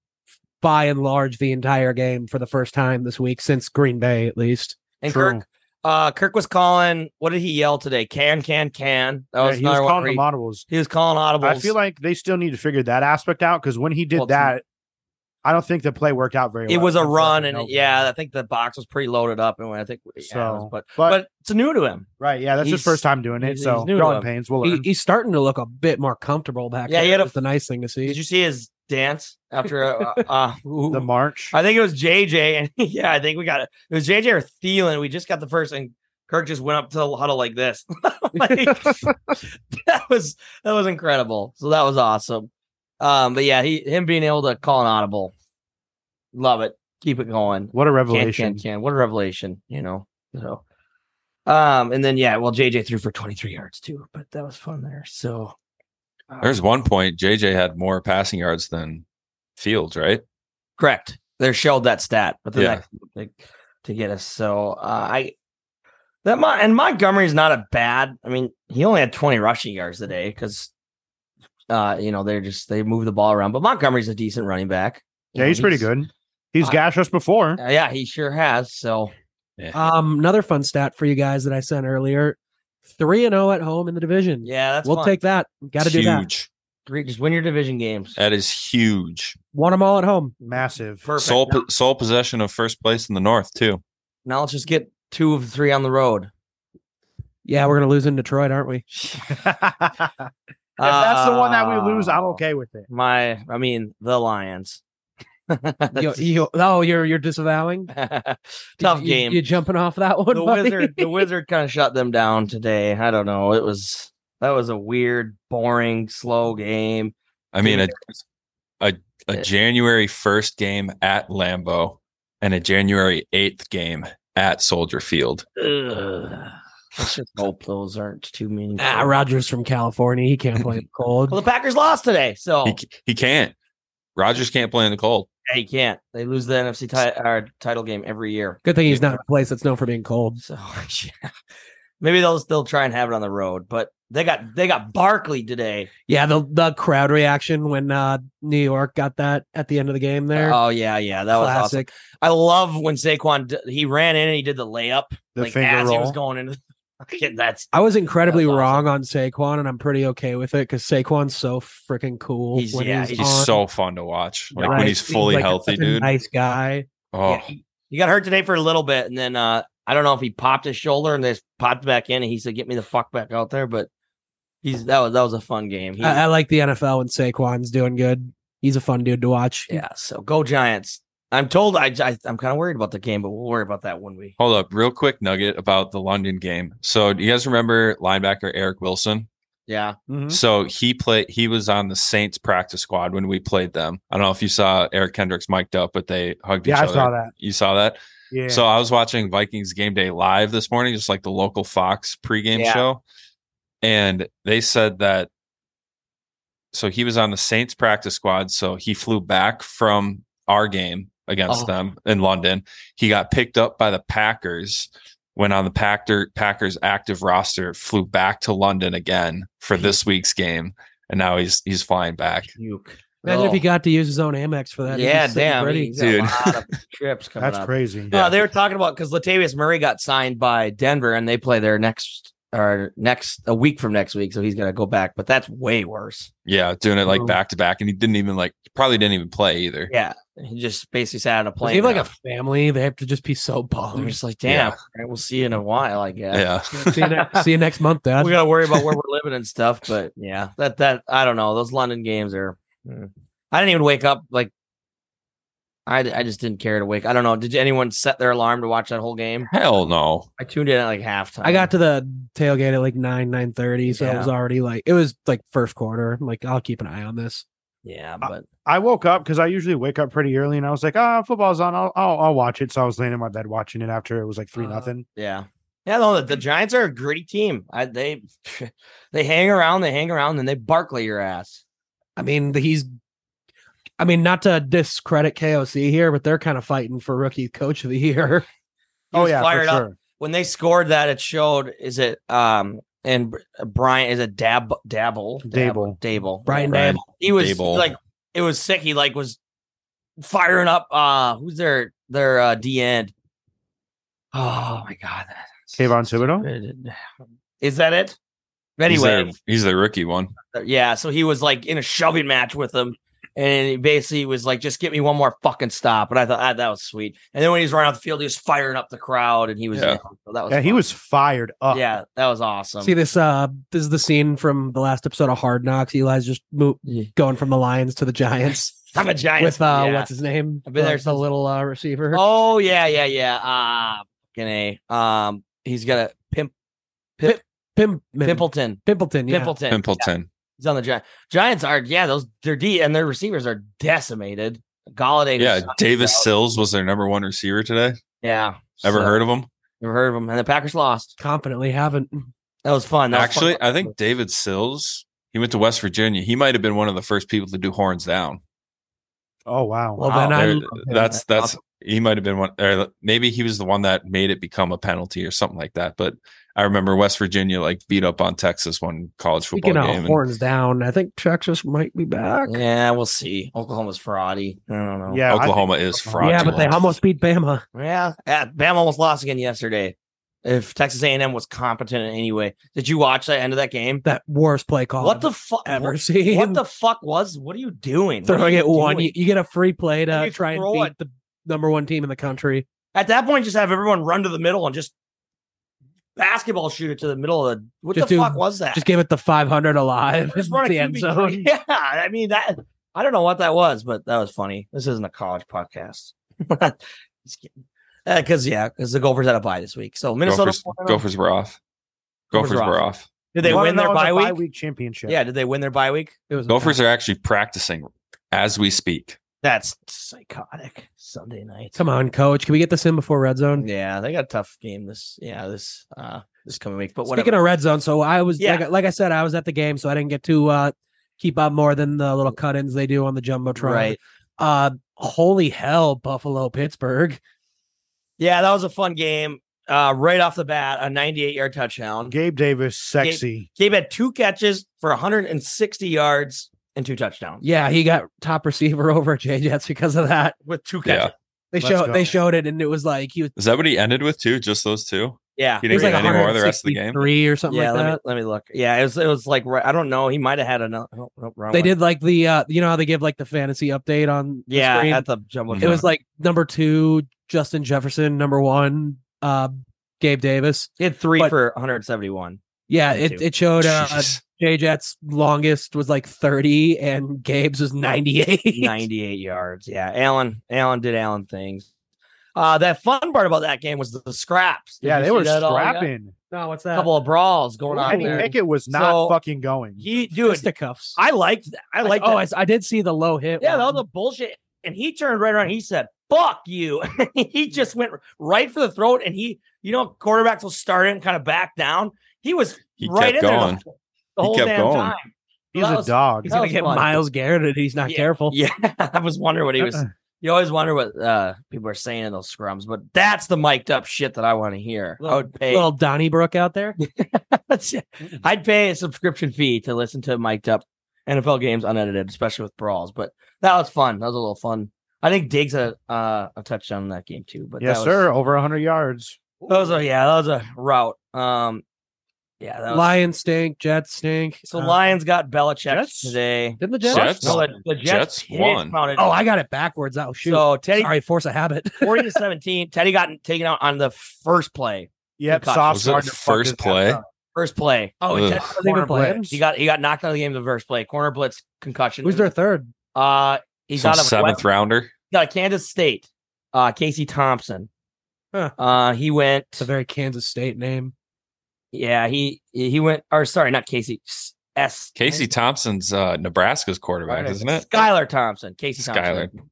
Speaker 4: by and large the entire game for the first time this week since Green Bay, at least.
Speaker 5: and
Speaker 6: True.
Speaker 5: Kirk. Uh, Kirk was calling. What did he yell today? Can, can, can. That
Speaker 6: Yeah,
Speaker 5: was
Speaker 6: he was
Speaker 5: another one.
Speaker 6: calling
Speaker 5: where
Speaker 6: them
Speaker 5: He,
Speaker 6: audibles.
Speaker 5: he was calling audibles.
Speaker 6: I feel like they still need to figure that aspect out because when he did
Speaker 5: Well, it's-
Speaker 6: that, I don't think the play worked out very well.
Speaker 5: it was a
Speaker 6: That's
Speaker 5: run,
Speaker 6: like,
Speaker 5: and
Speaker 6: no.
Speaker 5: yeah, I think the box was pretty loaded up, and I think yeah, it was-
Speaker 6: So,
Speaker 5: but,
Speaker 6: but-
Speaker 5: but it's new to him.
Speaker 6: Right. Yeah, that's his
Speaker 5: He's-
Speaker 6: first time doing it.
Speaker 5: he's-
Speaker 6: So
Speaker 5: he's new to
Speaker 6: growing
Speaker 5: him.
Speaker 6: pains. We'll
Speaker 4: He,
Speaker 6: learn.
Speaker 4: he's starting to look a bit more comfortable back.
Speaker 5: Yeah,
Speaker 4: there,
Speaker 5: he had a-
Speaker 4: which is the nice thing to see.
Speaker 5: Did you see his dance after
Speaker 6: [LAUGHS]
Speaker 5: uh, uh, who-
Speaker 6: The march.
Speaker 5: I think it was JJ, and [LAUGHS] yeah, I think we got it. It was JJ or Thielen. We just got the first, and Kirk just went up to the huddle like this. [LAUGHS] Like, that was that was incredible. So that was awesome. Um, but yeah, he him being able to call an audible, love it. Keep it going.
Speaker 6: What a
Speaker 5: Can,
Speaker 6: revelation.
Speaker 5: can, can. What a revelation, you know. So, um, and then yeah, well, JJ threw for twenty three yards too, but that was fun there. So uh,
Speaker 2: There's one point JJ had more passing yards than Fields, right?
Speaker 5: Correct. They showed that stat, but then
Speaker 2: Yeah.
Speaker 5: that, like, to get us. So uh, I that Mon- and Montgomery's not a bad. I mean, he only had 20 rushing yards today because uh, you know they're just they move the ball around. But Montgomery's a decent running back. You
Speaker 6: Yeah,
Speaker 5: know,
Speaker 6: he's pretty good. He's
Speaker 5: I-
Speaker 6: gashed us before.
Speaker 5: Uh, yeah, he sure has. So
Speaker 4: Um, another fun stat for you guys that I sent earlier: three and zero at home in the division.
Speaker 5: yeah, that's
Speaker 4: we'll
Speaker 5: fun.
Speaker 4: take that. Got to do that.
Speaker 2: huge.
Speaker 5: Three- just win your division games.
Speaker 2: That is huge.
Speaker 4: Won them all at home.
Speaker 6: Massive.
Speaker 5: Perfect.
Speaker 2: Sole
Speaker 5: [LAUGHS] now,
Speaker 2: po- sole possession of first place in the North too.
Speaker 5: now let's just get two of the three on the road.
Speaker 4: Yeah, we're gonna lose in Detroit, aren't we?
Speaker 6: [LAUGHS] if that's the one that we lose, I'm
Speaker 5: Uh,
Speaker 6: okay with it.
Speaker 5: My, I mean, the Lions. [LAUGHS]
Speaker 4: You, you, oh, you're you're disavowing.
Speaker 5: Tough
Speaker 4: You-
Speaker 5: game.
Speaker 4: You, jumping off that one?
Speaker 5: the
Speaker 4: buddy?
Speaker 5: wizard
Speaker 4: [LAUGHS]
Speaker 5: the wizard kind of shut them down today i don't know it was that was a weird boring slow game
Speaker 2: I mean, a, a a
Speaker 5: Yeah.
Speaker 2: January first game at Lambeau and a January eighth game at Soldier Field.
Speaker 5: Ugh. let's just hope those aren't too meaningful
Speaker 4: Ah, Rogers from California. He can't play in the cold.
Speaker 5: well the packers lost today so
Speaker 2: He c- he can't. Rogers can't play in the cold.
Speaker 5: yeah, you can't they lose the nfc ti- or title game every year
Speaker 4: Good thing he's not in a place that's known for being cold.
Speaker 5: so [LAUGHS] yeah. maybe they'll still try and have it on the road but they got they got barkley today
Speaker 4: Yeah, the the crowd reaction when uh, New York got that at the end of the game there.
Speaker 5: oh yeah yeah that was awesome
Speaker 4: Classic.
Speaker 5: i love when saquon d- he ran in and he did the layup
Speaker 6: The
Speaker 5: like
Speaker 6: finger
Speaker 5: as he
Speaker 6: roll.
Speaker 5: was going [LAUGHS] into that's
Speaker 4: I was incredibly
Speaker 5: That was awesome.
Speaker 4: wrong on Saquon, and I'm pretty okay with it because Saquon's so freaking cool.
Speaker 5: He's-
Speaker 4: when
Speaker 5: yeah,
Speaker 4: he's,
Speaker 2: He's
Speaker 4: on.
Speaker 2: so fun to watch. Like
Speaker 4: Oh, Right.
Speaker 2: when he's fully
Speaker 4: like,
Speaker 2: healthy,
Speaker 4: such a
Speaker 2: dude.
Speaker 4: Nice guy.
Speaker 2: Oh,
Speaker 5: Yeah, he, he got hurt today for a little bit, and then uh, I don't know if he popped his shoulder and they just popped back in, and he said, "Get me the fuck back out there." But he's that was that was a fun game. He,
Speaker 4: I, I like the NFL when Saquon's doing good. He's a fun dude to watch.
Speaker 5: yeah, so go Giants. I'm told I, I I'm kind of worried about the game, but we'll worry about that when we.
Speaker 2: Hold up, real quick nugget about the London game. So, do you guys remember linebacker Eric Wilson?
Speaker 5: Yeah,
Speaker 6: Mhm.
Speaker 2: So he played. He was on the Saints practice squad when we played them. I don't know if you saw Eric Kendricks mic'd up, but they hugged each
Speaker 6: Yeah, I
Speaker 2: other.
Speaker 6: saw that.
Speaker 2: You saw that.
Speaker 6: Yeah.
Speaker 2: So I was watching Vikings game day live this morning, just like the local Fox pregame
Speaker 5: Yeah.
Speaker 2: show, and they said that. So he was on the Saints practice squad. So he flew back from our game against
Speaker 5: Oh.
Speaker 2: them in London. He got picked up by the Packers. Went on the Packer, Packers active roster, flew back to London again for this week's game, and now he's he's flying back.
Speaker 5: puke.
Speaker 4: Imagine if he
Speaker 5: Oh.
Speaker 4: got to use his own Amex for that. He'd be
Speaker 5: Yeah,
Speaker 4: sitting
Speaker 5: damn,
Speaker 4: pretty.
Speaker 5: he's got
Speaker 2: Dude.
Speaker 5: a lot of trips coming
Speaker 6: that's
Speaker 5: up.
Speaker 6: crazy.
Speaker 5: No, Uh, they were talking about because Latavius Murray got signed by Denver, and they play their next or next a week from next week, so he's gonna go back. But that's way worse.
Speaker 2: Yeah, doing it like
Speaker 4: Wow.
Speaker 2: back to back, and he didn't even like probably didn't even play either.
Speaker 5: Yeah, he just basically sat on a
Speaker 4: If
Speaker 5: plane.
Speaker 4: you have like
Speaker 5: now.
Speaker 4: a family, they have to just be so
Speaker 5: [LAUGHS] I'm
Speaker 4: bummed.
Speaker 5: just like,
Speaker 2: Yeah.
Speaker 5: damn, all right, we'll see you in a while, I guess.
Speaker 2: Yeah,
Speaker 4: see, you next, see you next month, Dad.
Speaker 5: We gotta worry about where we're living and stuff, but yeah, that that I don't know. Those London games are. mm. I didn't even wake up like. I, I just didn't care to wake. I don't know. Did anyone set their alarm to watch that whole game?
Speaker 2: hell no.
Speaker 5: I tuned in at like halftime.
Speaker 4: I got to the tailgate at like nine nine thirty, so it was already like it was like first quarter. I'm like, I'll keep an eye on this.
Speaker 5: yeah, but
Speaker 6: I woke up because I usually wake up pretty early, and I was like, "Ah, football's on. I'll, I'll I'll watch it." So I was laying in my bed watching it after it was like three
Speaker 5: Uh-huh.
Speaker 4: Uh,
Speaker 6: nothing.
Speaker 5: yeah, yeah. No, the, the Giants are a gritty team. I, they [LAUGHS] they hang around, they hang around, and they Barkley your ass.
Speaker 4: I mean, the- he's. I mean, not to discredit KOC here, but they're kind of fighting for rookie coach of the
Speaker 5: [LAUGHS]
Speaker 4: year.
Speaker 5: He
Speaker 6: Oh
Speaker 5: was
Speaker 6: yeah, for
Speaker 5: fired up.
Speaker 6: sure.
Speaker 5: when they scored that, it showed. Is it um and Br- Brian is it Dab Dabble
Speaker 6: Dable.
Speaker 5: Dable
Speaker 4: Brian
Speaker 2: Brian
Speaker 4: Dable.
Speaker 5: He was
Speaker 2: Dable.
Speaker 5: like it was sick. He like was firing up. uh Who's their their uh, D end? Oh my god, that's
Speaker 6: Kayvon Thibodeau.
Speaker 5: good. Is that it?
Speaker 2: He's
Speaker 5: Anyway,
Speaker 2: their- he's the rookie one.
Speaker 5: yeah, so he was like in a shoving match with him, and he basically was like, "Just get me one more fucking stop." And I thought ah, that was sweet. And then when he was running off the field, he was firing up the crowd, and he was
Speaker 2: Yeah.
Speaker 5: down. So that was
Speaker 6: Yeah, he
Speaker 5: fun.
Speaker 6: was fired up.
Speaker 5: Yeah, that was awesome.
Speaker 4: See this? Uh, this is the scene from the last episode of Hard Knocks. Eli's just mo-
Speaker 5: Yeah. [LAUGHS]
Speaker 4: going from the Lions to the Giants.
Speaker 5: I'm a Giants.
Speaker 4: with uh,
Speaker 5: yeah.
Speaker 4: what's his name?
Speaker 5: I've been there
Speaker 4: the, the little uh, receiver.
Speaker 5: Oh yeah, yeah, yeah. Uh fucking a. Um, he's got a pimp, pimp,
Speaker 4: Pim,
Speaker 5: Pimpleton,
Speaker 4: Pimpleton. Yeah.
Speaker 5: Pimpleton.
Speaker 2: Pimpleton.
Speaker 5: He's on the Giants. Giants are yeah, those they're D and their receivers are decimated. Galladay,
Speaker 2: Yeah,
Speaker 5: just-
Speaker 2: Davis Sills was their number one receiver today.
Speaker 5: yeah.
Speaker 2: Ever
Speaker 5: So,
Speaker 2: heard of him?
Speaker 5: Never heard of him. And the Packers lost.
Speaker 4: Confidently haven't.
Speaker 5: That was fun. That was fun.
Speaker 2: Actually, I think David Sills. He went to West Virginia. He might have been one of the first people to do horns down.
Speaker 6: Oh wow.
Speaker 4: Well, then
Speaker 5: Wow,
Speaker 2: There-
Speaker 4: I'm
Speaker 2: that's that's he might have been one, or maybe he was the one that made it become a penalty or something like that. But I remember West Virginia like beat up on Texas one college football
Speaker 4: speaking of
Speaker 2: game. and-
Speaker 4: horns down. I think Texas might be back.
Speaker 5: Yeah, we'll see. Oklahoma's fraudy. I don't know.
Speaker 6: Yeah, I
Speaker 2: Oklahoma is
Speaker 6: Oklahoma-
Speaker 4: Yeah,
Speaker 2: fraudulent.
Speaker 4: but they almost beat Bama.
Speaker 5: Yeah, yeah, Bama almost lost again yesterday. If Texas A&M was competent in any way, did you watch the end of that game?
Speaker 4: That worst play call.
Speaker 5: What the fuck?
Speaker 4: I've ever
Speaker 5: What,
Speaker 4: seen?
Speaker 5: what the fuck was? What are you doing? What are
Speaker 4: throwing
Speaker 5: you
Speaker 4: it one?
Speaker 5: doing?
Speaker 4: You, you get a free play to
Speaker 5: You
Speaker 4: try and
Speaker 5: throw
Speaker 4: beat
Speaker 5: it.
Speaker 4: the number one team in the country.
Speaker 5: At that point, just have everyone run to the middle and just basketball shoot it to the middle of the. What
Speaker 4: Just
Speaker 5: the
Speaker 4: do-
Speaker 5: fuck was that?
Speaker 4: Just give it the 500 alive.
Speaker 5: Just
Speaker 4: in
Speaker 5: run a
Speaker 4: the end
Speaker 5: QB3.
Speaker 4: zone.
Speaker 5: [LAUGHS] Yeah, I mean that. I don't know what that was, but that was funny. This isn't a college podcast. [LAUGHS] just kidding. Because yeah, because the Gophers had a bye this week, so Minnesota.
Speaker 2: Gophers, Gophers were off. Gophers,
Speaker 5: Gophers were
Speaker 2: were off.
Speaker 5: Did they
Speaker 6: You wanna
Speaker 5: win their
Speaker 6: know
Speaker 5: bye
Speaker 6: the
Speaker 5: week?
Speaker 6: bye week championship.
Speaker 5: Yeah, did they win their bye week?
Speaker 4: [LAUGHS] It was
Speaker 2: Gophers are actually practicing as we speak.
Speaker 5: That's psychotic. Sunday night.
Speaker 4: Come on, coach. Can we get this in before red zone?
Speaker 5: Yeah, they got a tough game this. Yeah, this uh this coming week. But
Speaker 4: Speaking
Speaker 5: whatever.
Speaker 4: of red zone, so I was
Speaker 5: Yeah.
Speaker 4: like, like I said, I was at the game, so I didn't get to uh, keep up more than the little cut-ins they do on the jumbotron.
Speaker 5: right.
Speaker 4: Uh, holy hell, Buffalo, Pittsburgh.
Speaker 5: Yeah, that was a fun game. Uh, right off the bat, a 98 yard touchdown.
Speaker 6: Gabe Davis, sexy.
Speaker 5: Gabe had two catches for 160 yards and two touchdowns
Speaker 4: Yeah, he got top receiver [LAUGHS] over at J Jets because of that.
Speaker 5: with two
Speaker 2: Yeah.
Speaker 5: catches.
Speaker 4: They
Speaker 6: Let's
Speaker 4: showed
Speaker 6: go.
Speaker 4: they showed it, and it was like he was
Speaker 2: Is that what he ended with too? Just those two?
Speaker 5: Yeah.
Speaker 2: He
Speaker 4: it was
Speaker 2: didn't
Speaker 4: like
Speaker 2: get any more the rest of the game.
Speaker 4: three or something
Speaker 5: yeah,
Speaker 4: like
Speaker 5: let
Speaker 4: that.
Speaker 5: me let me look. Yeah, it was it was like right. I don't know. He might have had another. Oh, no, wrong
Speaker 4: they
Speaker 5: one.
Speaker 4: did like the uh, you know how they give like the fantasy update on the
Speaker 5: Yeah,
Speaker 4: screen?
Speaker 5: at the jumbo.
Speaker 2: Mm-hmm.
Speaker 4: it was like number two Justin Jefferson, number one uh, Gabe Davis.
Speaker 5: he had three
Speaker 4: but-
Speaker 5: for
Speaker 4: [LAUGHS]
Speaker 5: 171.
Speaker 4: Yeah,
Speaker 5: Me
Speaker 4: it,
Speaker 5: too.
Speaker 4: it showed uh,
Speaker 2: Jeez.
Speaker 4: J Jet's longest was like 30 and Gabe's was 98.
Speaker 5: 98 yards. Yeah. Allen, Allen did Allen things. Uh, that fun part about that game was the, the scraps. Did
Speaker 6: Yeah,
Speaker 5: you
Speaker 6: they
Speaker 5: see
Speaker 6: were
Speaker 5: that all? Yeah.
Speaker 6: scrapping.
Speaker 4: [LAUGHS] No, what's
Speaker 5: A
Speaker 4: that?
Speaker 5: couple of brawls going on
Speaker 6: Kenny
Speaker 5: there.
Speaker 6: Pickett was not
Speaker 5: So-
Speaker 6: fucking going.
Speaker 5: He, dude,
Speaker 4: fisticuffs.
Speaker 5: I liked that. I liked
Speaker 4: oh,
Speaker 5: that.
Speaker 4: I, s- I did see the low hit.
Speaker 5: yeah, that
Speaker 4: one.
Speaker 5: was a bullshit. And he turned right around. He said, fuck you. [LAUGHS] he just went right for the throat. And he, you know, quarterbacks will start it and kind of back down. He was
Speaker 2: He
Speaker 5: right
Speaker 2: kept
Speaker 5: in there the
Speaker 2: going.
Speaker 5: whole- the
Speaker 2: He
Speaker 5: whole
Speaker 2: kept
Speaker 5: damn
Speaker 2: going.
Speaker 5: time.
Speaker 6: He's
Speaker 5: That
Speaker 6: a
Speaker 5: was-
Speaker 6: dog.
Speaker 4: he's
Speaker 5: that
Speaker 4: gonna
Speaker 5: was
Speaker 4: get
Speaker 5: fun.
Speaker 4: Miles Garrett if he's not careful.
Speaker 5: [LAUGHS] Yeah, I was wondering what he was. You always wonder what uh, people are saying in those scrums, but that's the mic'd up shit that I want to hear. I would pay.
Speaker 4: Little Donnybrook out there.
Speaker 5: [LAUGHS] I'd pay a subscription fee to listen to mic'd up NFL games unedited, especially with brawls. But that was fun. That was a little fun. I think Diggs a uh, a touchdown in that game too. But
Speaker 6: yes,
Speaker 5: that was,
Speaker 6: sir. Over 100 yards.
Speaker 5: That was a yeah. That was a route. Um, yeah. That was,
Speaker 4: Lions stink, Jets stink.
Speaker 5: so
Speaker 4: Uh,
Speaker 5: Lions got Belichick
Speaker 6: Jets?
Speaker 5: today.
Speaker 4: Didn't the Jets?
Speaker 2: Jets?
Speaker 5: So the, the Jets,
Speaker 2: Jets won.
Speaker 5: Mounted,
Speaker 4: Oh, I got it backwards. Oh shoot.
Speaker 5: so Teddy
Speaker 4: Sorry, [LAUGHS] force a
Speaker 5: [LAUGHS]
Speaker 4: habit. [LAUGHS]
Speaker 5: 40 to 17. Teddy got taken out on the first play.
Speaker 6: Yep.
Speaker 5: Was
Speaker 6: Soft
Speaker 2: it
Speaker 6: started
Speaker 2: the
Speaker 6: to fuck
Speaker 2: first
Speaker 6: his ass
Speaker 2: play?
Speaker 6: up.
Speaker 5: First play.
Speaker 4: Oh, and
Speaker 2: Ugh.
Speaker 4: Jets wasn't even
Speaker 6: Corner blitz.
Speaker 4: playing.
Speaker 5: He got he got knocked out of the game the first play. Corner blitz concussion.
Speaker 4: Who's their third?
Speaker 5: Uh he's
Speaker 2: Some
Speaker 5: got a
Speaker 2: seventh rounder.
Speaker 5: He got a Kansas State. Uh Casey Thompson.
Speaker 4: Huh.
Speaker 5: Uh he went
Speaker 4: It's a very Kansas State name.
Speaker 5: yeah, he he went or sorry, not Casey S- S
Speaker 2: Casey Thompson's uh, Nebraska's quarterback, isn't it?
Speaker 5: Skylar Thompson. Casey
Speaker 2: Skylar.
Speaker 5: Thompson.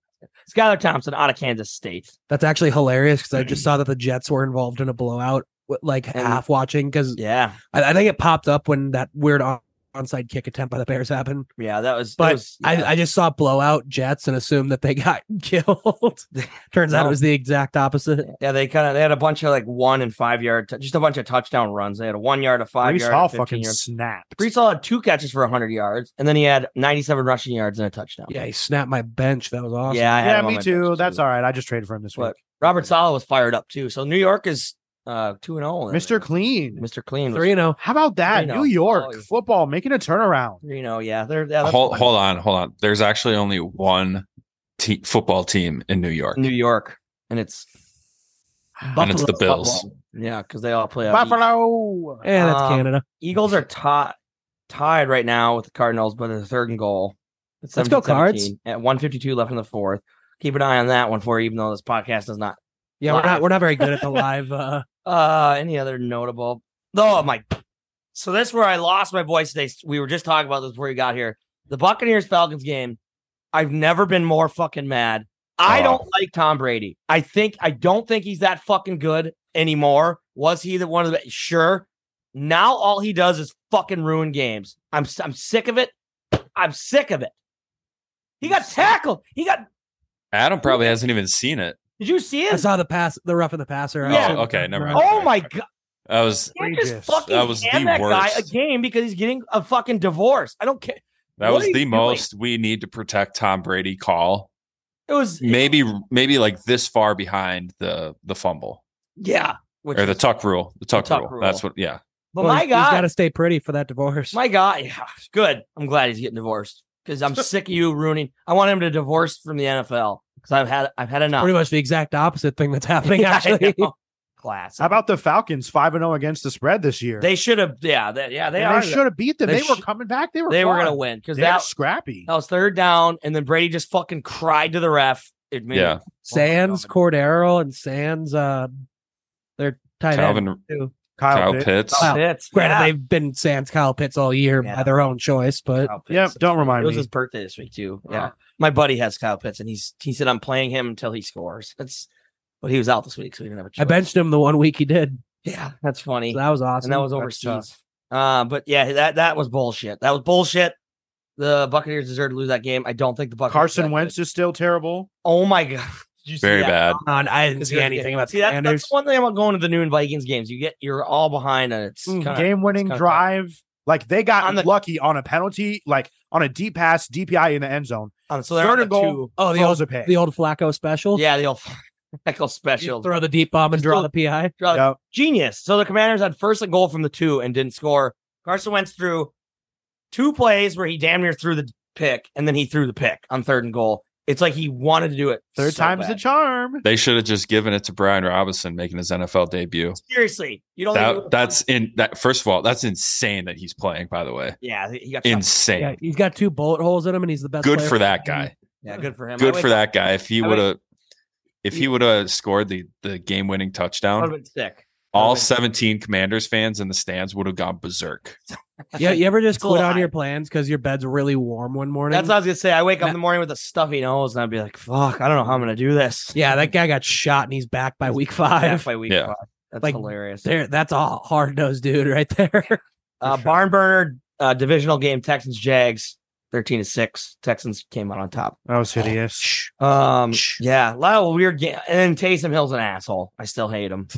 Speaker 5: Skylar Thompson out of Kansas State.
Speaker 4: That's actually hilarious because I just saw that the Jets were involved in a blowout, w- like
Speaker 5: And-
Speaker 4: half watching because
Speaker 5: Yeah.
Speaker 4: I, I think it popped up when that weird on, onside kick attempt by the Bears happened.
Speaker 5: Yeah, that was that
Speaker 4: But
Speaker 5: was- yeah.
Speaker 4: I, I just saw blowout Jets and assumed that they [LAUGHS] got killed.
Speaker 5: [LAUGHS]
Speaker 4: Turns out
Speaker 5: No.
Speaker 4: it was the exact opposite.
Speaker 5: yeah, they kind of they had a bunch of like one and five yard, t- just a bunch of touchdown runs. They had a one yard, a five
Speaker 6: Brees
Speaker 5: yard,
Speaker 6: Hall
Speaker 5: a 15
Speaker 6: fucking
Speaker 5: yard.
Speaker 6: snapped.
Speaker 5: Brees Hall had two catches for 100 yards, and then he had 97 rushing yards and a touchdown.
Speaker 4: Yeah, he snapped my bench. That was awesome.
Speaker 5: yeah, I had
Speaker 6: yeah,
Speaker 5: him on
Speaker 6: me
Speaker 5: my
Speaker 6: too.
Speaker 5: bench,
Speaker 6: That's all right. I just traded for him this week.
Speaker 5: But Robert Sala was fired up too. So New York is uh two and zero.
Speaker 6: Mr. Clean.
Speaker 5: Mr. Clean, was
Speaker 4: three and oh.
Speaker 6: How about that?
Speaker 5: Clean
Speaker 6: New
Speaker 5: up.
Speaker 6: York
Speaker 5: Oh, yeah.
Speaker 6: football making a turnaround.
Speaker 5: three and zero. Yeah, they're yeah. that's
Speaker 2: Hold,
Speaker 5: fine.
Speaker 2: hold on, hold on. There's actually only one te- football team in New York,
Speaker 5: New York, and it's
Speaker 2: and it's the
Speaker 4: Buffalo.
Speaker 2: Bills.
Speaker 5: yeah because they all play out.
Speaker 6: Buffalo.
Speaker 4: Yeah, that's
Speaker 5: Um,
Speaker 4: Canada.
Speaker 5: E- Eagles are tied tied right now with the Cardinals, but a third and goal. It's
Speaker 4: Let's go, Cards.
Speaker 5: 17-17, At 152 left in the fourth. Keep an eye on that one for you, even though this podcast does not.
Speaker 4: Yeah, we're
Speaker 5: Live.
Speaker 4: not we're not very good
Speaker 5: [LAUGHS]
Speaker 4: at the live. Uh,
Speaker 5: Uh, any other notable? Oh my! So this is where I lost my voice today. We were just talking about this before you got here. The Buccaneers Falcons game. I've never been more fucking mad. I
Speaker 2: Oh.
Speaker 5: don't like Tom Brady. I think I don't think he's that fucking good anymore. Was he the one of the sure? Now all he does is fucking ruin games. I'm s- I'm sick of it. I'm sick of it. He got tackled. He got.
Speaker 2: Adam probably hasn't even seen it.
Speaker 5: Did you see
Speaker 4: I
Speaker 5: it?
Speaker 4: saw the pass, the rough of the passer.
Speaker 5: Yeah.
Speaker 4: I-
Speaker 2: Oh, okay, never mind.
Speaker 5: Oh my god.
Speaker 2: I was
Speaker 5: can't just
Speaker 6: Outrageous.
Speaker 5: fucking
Speaker 2: That was the
Speaker 5: hand that guy a
Speaker 2: worst.
Speaker 5: game because he's getting a fucking divorce. I don't care.
Speaker 2: that
Speaker 5: What
Speaker 2: was
Speaker 5: are you
Speaker 2: the
Speaker 5: doing?
Speaker 2: most we need to protect Tom Brady call.
Speaker 5: It was
Speaker 2: Maybe maybe like this far behind the the fumble
Speaker 5: yeah. Which,
Speaker 2: or the tuck rule. The tuck,
Speaker 5: tuck
Speaker 2: rule.
Speaker 5: rule.
Speaker 2: That's what. Yeah.
Speaker 5: but
Speaker 4: Well,
Speaker 5: my
Speaker 4: he's- he's
Speaker 5: God,
Speaker 4: got to stay pretty for that divorce.
Speaker 5: my God, yeah, good. I'm glad he's getting divorced
Speaker 2: [LAUGHS]
Speaker 5: because I'm sick of you ruining. I want him to divorce from the NFL because I've had I've had enough.
Speaker 4: Pretty much the exact opposite thing that's happening.
Speaker 5: [LAUGHS] Yeah, I
Speaker 4: Actually,
Speaker 5: know. Oh, Class.
Speaker 6: How about the Falcons five and zero against the spread this year?
Speaker 5: They should have. Yeah, they, yeah, they
Speaker 6: they
Speaker 5: are.
Speaker 6: should have beat them.
Speaker 5: They
Speaker 6: They, were
Speaker 5: sh-
Speaker 6: coming back. They were
Speaker 5: They were
Speaker 6: fun.
Speaker 5: gonna win because
Speaker 6: They were
Speaker 5: that,
Speaker 6: scrappy.
Speaker 5: that was third down, and then Brady just fucking cried to the ref. It made
Speaker 2: Yeah.
Speaker 4: Sands, Cordero, and Sands. Uh, they're tight end.
Speaker 2: Calvin
Speaker 4: too.
Speaker 2: Kyle
Speaker 6: Kyle, Pitts.
Speaker 2: Pitts.
Speaker 4: Wow.
Speaker 5: Pitts.
Speaker 4: Granted,
Speaker 5: Yeah.
Speaker 4: they've been Sands, Kyle Pitts all year
Speaker 5: Yeah.
Speaker 4: by their own choice, but
Speaker 5: Kyle Pitts.
Speaker 6: Yep, don't
Speaker 5: It
Speaker 6: remind
Speaker 5: was
Speaker 6: me.
Speaker 5: his birthday this week too. Yeah, my buddy has Kyle Pitts, and he's he said I'm playing him until he scores. That's, but he was out this week, so he didn't have a choice.
Speaker 4: I benched him the one week he did.
Speaker 5: Yeah, that's funny,
Speaker 4: So that was awesome.
Speaker 5: and that was overseas. Uh, but yeah, that that was bullshit. That was bullshit. The Buccaneers deserved to lose that game. I don't think the Buccaneers.
Speaker 6: Carson
Speaker 5: that
Speaker 6: Wentz
Speaker 5: good.
Speaker 6: is still terrible.
Speaker 5: Oh my god, [LAUGHS] Did you see
Speaker 2: Very
Speaker 5: that?
Speaker 2: bad.
Speaker 4: On, I didn't
Speaker 5: Because
Speaker 4: see
Speaker 5: you're-
Speaker 4: anything about
Speaker 5: See,
Speaker 4: the
Speaker 5: that's,
Speaker 4: Commanders.
Speaker 5: that's one thing about going to the noon Vikings games. You get you're all behind, and it's
Speaker 4: Mm,
Speaker 5: kinda-
Speaker 6: Game winning
Speaker 5: it's kinda
Speaker 6: drive. Like they got
Speaker 5: On the-
Speaker 6: lucky on a penalty, like on a deep pass, DPI in the end zone.
Speaker 5: tough. Um, so they're
Speaker 6: Third
Speaker 5: on
Speaker 6: and
Speaker 5: the
Speaker 6: goal.
Speaker 5: two.
Speaker 4: Oh, the old
Speaker 6: throws a pick.
Speaker 4: the old Flacco special.
Speaker 5: Yeah, the old [LAUGHS] Echo
Speaker 4: You
Speaker 5: special.
Speaker 4: throw the deep bomb and
Speaker 5: Just
Speaker 4: draw
Speaker 5: throw-
Speaker 4: the pi.
Speaker 5: Draw the
Speaker 6: Yep.
Speaker 5: genius. So the Commanders had first and goal from the two and didn't score. Carson Wentz threw two plays where he damn near threw the pick, and then he threw the pick on third and goal. It's like he wanted to do it.
Speaker 6: Third
Speaker 5: so
Speaker 6: time's the
Speaker 5: bad.
Speaker 6: charm.
Speaker 2: They should have just given it to Brian Robinson making his NFL debut.
Speaker 5: Seriously, you don't. think it
Speaker 2: That
Speaker 5: was-
Speaker 2: that's in that. First of all, that's insane that he's playing. By the way,
Speaker 5: yeah, he got shot.
Speaker 2: insane.
Speaker 4: Yeah, he's got two bullet holes in him, and he's the best.
Speaker 2: Good
Speaker 4: player
Speaker 2: for that guy.
Speaker 5: yeah, good for him.
Speaker 2: Good for that guy. If he
Speaker 5: I
Speaker 2: would have, if he
Speaker 5: you-
Speaker 2: would have scored the the game winning
Speaker 5: Would have
Speaker 2: touchdown,
Speaker 5: been sick.
Speaker 2: all
Speaker 5: would've been-
Speaker 2: seventeen Commanders fans in the stands would have gone berserk.
Speaker 4: Yeah, you ever just
Speaker 5: It's a little
Speaker 4: quit on
Speaker 5: high.
Speaker 4: your plans because your bed's really warm one morning?
Speaker 5: That's what I was gonna say. I wake up in the morning with a stuffy nose, and I'd be like, "Fuck, I don't know how I'm gonna do
Speaker 6: [LAUGHS]
Speaker 5: this."
Speaker 4: yeah, that guy got shot and he's back by
Speaker 5: [LAUGHS]
Speaker 4: week
Speaker 5: Half
Speaker 4: five.
Speaker 5: by week
Speaker 2: Yeah.
Speaker 5: five. That's
Speaker 4: Like,
Speaker 5: hilarious.
Speaker 4: There, that's a hard nosed dude right there. For
Speaker 5: Uh,
Speaker 4: sure.
Speaker 5: Barn burner uh, divisional game. Texans Jags thirteen to six. Texans came out on top.
Speaker 6: That was hideous.
Speaker 5: Um,
Speaker 4: Shh.
Speaker 5: yeah, a lot of weird game. And then Taysom Hill's an asshole. I still hate him.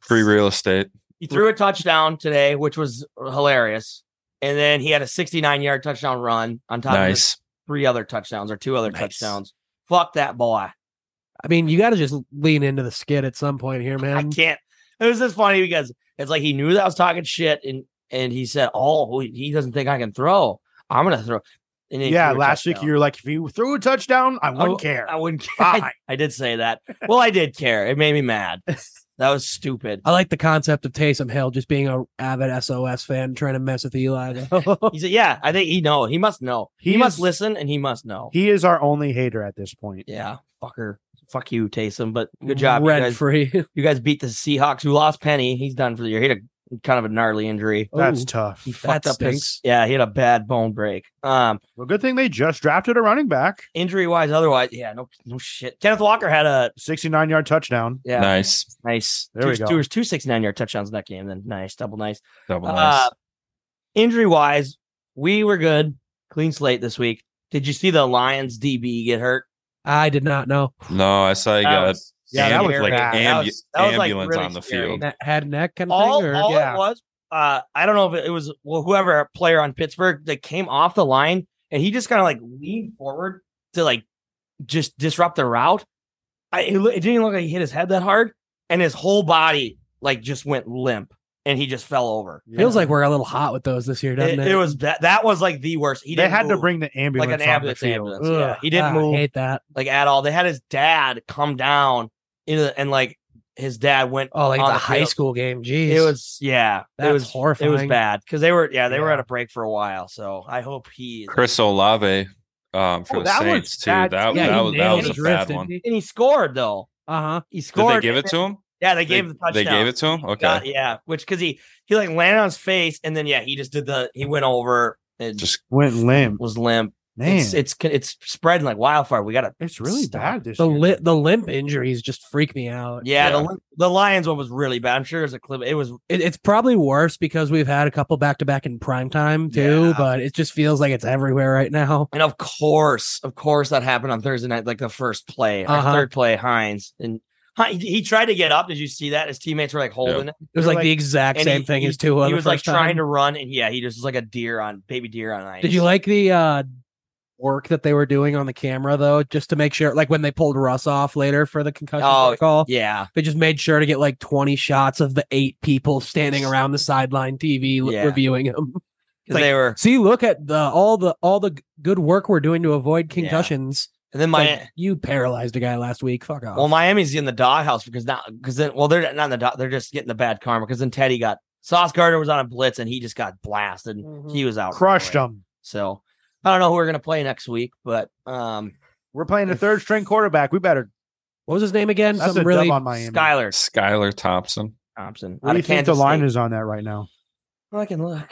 Speaker 2: Free real estate.
Speaker 5: he threw a touchdown today, which was hilarious. And then he had a 69 yard touchdown run on top of his
Speaker 2: Nice.
Speaker 5: three other touchdowns or two other
Speaker 2: Nice.
Speaker 5: touchdowns. Fuck that boy.
Speaker 4: I mean, you got to just lean into the skid at some point here,
Speaker 5: I
Speaker 4: man.
Speaker 5: can't. It was just funny because it's like he knew that I was talking shit and and he said, "Oh, he doesn't think I can throw. I'm gonna throw." And he
Speaker 6: Yeah,
Speaker 5: threw a
Speaker 6: last week
Speaker 5: touchdown.
Speaker 6: you were like, if you threw a touchdown, I
Speaker 5: w-
Speaker 6: wouldn't care.
Speaker 5: I wouldn't [LAUGHS] care.
Speaker 6: Fine.
Speaker 5: I, I did say that. Well, I did care. It made me
Speaker 6: [LAUGHS]
Speaker 5: mad. That was stupid.
Speaker 4: I like the concept of Taysom Hill just being a avid SOS fan trying to mess with Eli. though.
Speaker 5: He said, [LAUGHS] "Yeah, I think he know. He must know. He,
Speaker 6: He
Speaker 5: must
Speaker 6: is-
Speaker 5: listen, and he must know."
Speaker 6: he is our only hater at this point.
Speaker 5: yeah, fucker, fuck you, Taysom. But good job, you
Speaker 4: Rent
Speaker 5: guys.
Speaker 4: free.
Speaker 5: You guys beat the Seahawks, who lost Penny. He's done for the year. He had a kind of a gnarly injury.
Speaker 6: That's
Speaker 4: [LAUGHS] Ooh.
Speaker 6: tough.
Speaker 5: Oh. He
Speaker 4: That
Speaker 5: fucked up his.
Speaker 4: stinks.
Speaker 5: Yeah, he had a bad bone break. Um,
Speaker 6: Well, good thing they just drafted a running back.
Speaker 5: injury wise, otherwise, yeah, no, no shit. Kenneth Walker had a
Speaker 6: 69 yard touchdown.
Speaker 5: yeah,
Speaker 2: Nice.
Speaker 5: nice.
Speaker 6: There
Speaker 5: two,
Speaker 6: we go.
Speaker 5: Two, was two sixty nine yard touchdowns in that game. Then nice, double nice.
Speaker 2: Double
Speaker 5: Uh,
Speaker 2: nice.
Speaker 5: injury wise, we were good. Clean slate this week. Did you see the Lions DB get hurt?
Speaker 4: I did not know.
Speaker 2: no, I saw you
Speaker 5: That
Speaker 2: got
Speaker 5: was-
Speaker 6: Yeah, that was
Speaker 2: like
Speaker 6: bad.
Speaker 2: an
Speaker 5: That
Speaker 2: uh, ambu-
Speaker 5: was- that was, like,
Speaker 2: ambulance
Speaker 5: really
Speaker 2: on the
Speaker 5: scary.
Speaker 2: field.
Speaker 4: That head and neck kind of
Speaker 5: all,
Speaker 4: thing. Or,
Speaker 5: all
Speaker 6: yeah.
Speaker 5: it was, uh, I don't know if it was well, whoever player on Pittsburgh that came off the line and he just kind of like leaned forward to like just disrupt the route. I it, loo- it didn't even look like he hit his head that hard, and his whole body like just went limp, and he just fell over.
Speaker 4: Feels like we're a little hot with those this year, doesn't
Speaker 5: It,
Speaker 4: it?
Speaker 5: it was that that was like the worst. He
Speaker 6: they
Speaker 5: didn't
Speaker 6: had to
Speaker 5: move,
Speaker 6: bring the ambulance.
Speaker 5: like an
Speaker 6: on the
Speaker 5: ambulance.
Speaker 6: field.
Speaker 5: ambulance.
Speaker 4: Ugh.
Speaker 5: Yeah, he didn't
Speaker 4: Ah, I
Speaker 5: move
Speaker 4: hate that.
Speaker 5: like at all. They had his dad come down in the, and like his dad went.
Speaker 4: Oh, like
Speaker 5: on
Speaker 4: the
Speaker 5: the
Speaker 4: high
Speaker 5: field.
Speaker 4: school game. Jeez.
Speaker 5: It was yeah.
Speaker 4: That's
Speaker 5: it was It was
Speaker 4: horrifying.
Speaker 5: bad because they were yeah they were
Speaker 4: Yeah.
Speaker 5: at a break for a while. So I hope he. is-
Speaker 2: Chris Olave um, for
Speaker 5: Oh,
Speaker 2: the
Speaker 5: that was
Speaker 2: Saints too.
Speaker 5: bad,
Speaker 2: That,
Speaker 5: too. Yeah,
Speaker 2: that
Speaker 5: he
Speaker 2: was that
Speaker 5: nailed
Speaker 2: was
Speaker 5: the
Speaker 2: a
Speaker 5: drift,
Speaker 2: bad one. Did
Speaker 5: And he scored though.
Speaker 4: Uh huh.
Speaker 5: He scored.
Speaker 2: they give it to him?
Speaker 5: Yeah, they gave him the touchdown.
Speaker 2: They gave it to him. Okay,
Speaker 5: Got- yeah, which because he he like landed on his face and then yeah he just did the he went over and
Speaker 2: just
Speaker 6: Went limp.
Speaker 5: was limp.
Speaker 6: Man,
Speaker 5: It's
Speaker 6: it's,
Speaker 5: it's it's spreading like wildfire. We gotta
Speaker 6: really
Speaker 5: stop.
Speaker 6: bad this
Speaker 4: The
Speaker 6: year.
Speaker 4: li- the limp injuries just freak me out.
Speaker 5: yeah,
Speaker 2: Yeah.
Speaker 5: The the Lions one was really bad. I'm sure there's a clip. It was
Speaker 4: It, it's probably worse because we've had a couple back to back in prime time too,
Speaker 5: Yeah.
Speaker 4: but it just feels like it's everywhere right now.
Speaker 5: and of course, of course that happened on Thursday night, like the first play, our
Speaker 4: Uh-huh.
Speaker 5: third play, Hines and Hi- he, he tried to get up. Did you see that? His teammates were like holding him.
Speaker 4: It was
Speaker 6: They're
Speaker 4: like, the
Speaker 6: like-
Speaker 4: exact
Speaker 5: and
Speaker 4: same
Speaker 5: he-
Speaker 4: thing
Speaker 5: he-
Speaker 4: as two.
Speaker 5: He was like trying to run and yeah, he just was like a deer on baby deer on ice.
Speaker 4: Did you like the uh work that they were doing on the camera though, just to make sure? Like when they pulled Russ off later for the concussion
Speaker 5: Oh,
Speaker 4: protocol,
Speaker 5: Yeah,
Speaker 4: they just made sure to get like twenty shots of the eight people standing around the sideline TV l-
Speaker 5: Yeah.
Speaker 4: reviewing him.
Speaker 5: 'Cause
Speaker 4: like-
Speaker 5: they were.
Speaker 4: See, look at the all the all the g- good work we're doing to avoid
Speaker 5: Yeah.
Speaker 4: concussions.
Speaker 5: And then
Speaker 4: It's
Speaker 5: my
Speaker 4: like, you paralyzed a guy last week. Fuck off.
Speaker 5: Well, Miami's in the doghouse because now because then well they're not in the dog they're just getting the bad karma because then Teddy got Sauce Gardner was on a blitz and he just got blasted and
Speaker 4: Mhm.
Speaker 5: he was out
Speaker 6: crushed them.
Speaker 5: So I don't know who we're gonna play next week, but um
Speaker 6: We're playing a third string quarterback. We better.
Speaker 4: what was his name again?
Speaker 6: That's
Speaker 4: Some
Speaker 6: a
Speaker 4: really
Speaker 6: dub on Miami.
Speaker 5: Skylar
Speaker 2: Skylar Thompson.
Speaker 5: Thompson.
Speaker 6: What do
Speaker 5: out
Speaker 6: you
Speaker 5: of
Speaker 6: think the
Speaker 5: Kansas
Speaker 6: line
Speaker 5: State.
Speaker 6: is on that right now?
Speaker 5: I can look.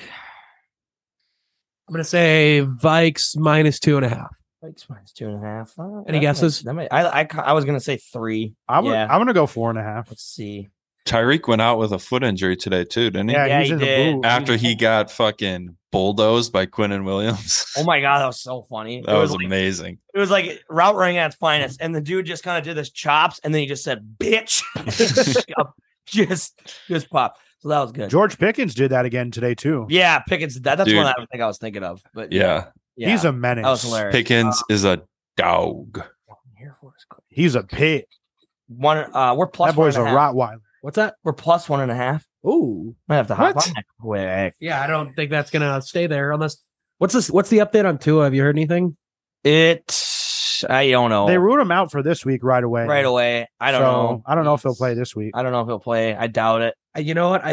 Speaker 4: I'm gonna say Vikes minus two and a half.
Speaker 5: Vikes minus two and a half. Uh,
Speaker 4: Any
Speaker 5: that
Speaker 4: guesses?
Speaker 5: might- that might- I, I ca- I was gonna say three.
Speaker 6: I'm
Speaker 5: yeah.
Speaker 6: I'm gonna go four and a half.
Speaker 5: Let's see.
Speaker 2: Tyreek went out with a foot injury today too, didn't he?
Speaker 6: Yeah,
Speaker 5: Yeah,
Speaker 6: he's
Speaker 5: he
Speaker 6: in
Speaker 5: did.
Speaker 6: the boot.
Speaker 2: After he got fucking bulldozed by Quinn and Williams. [LAUGHS]
Speaker 5: [LAUGHS] Oh my god, that was so funny.
Speaker 2: that
Speaker 5: it
Speaker 2: was
Speaker 5: like,
Speaker 2: amazing.
Speaker 5: it was like route running at its finest. And the dude just kind of did this chops and then he just said,
Speaker 2: [LAUGHS]
Speaker 5: bitch. [LAUGHS] just just pop. So that was good.
Speaker 6: George Pickens did that again today too.
Speaker 5: Yeah, Pickens did that. That's
Speaker 2: Dude.
Speaker 5: one I don't think I was thinking of. But
Speaker 2: Yeah.
Speaker 5: yeah uh,
Speaker 6: He's a
Speaker 5: that was
Speaker 6: menace.
Speaker 5: hilarious.
Speaker 2: Pickens is a dog.
Speaker 5: Here for us quick.
Speaker 6: He's a pit.
Speaker 5: One uh we're plus
Speaker 6: that boy's a
Speaker 5: one and half.
Speaker 6: Rottweiler.
Speaker 4: What's that?
Speaker 5: We're plus one and a half.
Speaker 4: Ooh.
Speaker 5: Might have to hop
Speaker 6: What?
Speaker 5: on that quick.
Speaker 4: Yeah, I don't think that's gonna stay there unless what's this what's the update on Tua? Have you heard anything?
Speaker 5: It I don't know.
Speaker 6: They ruled him out for this week right away.
Speaker 5: right away. I don't
Speaker 6: So,
Speaker 5: know.
Speaker 6: I don't know if he'll play this week.
Speaker 5: I don't know if he'll play. I doubt it.
Speaker 4: Uh, You know what? I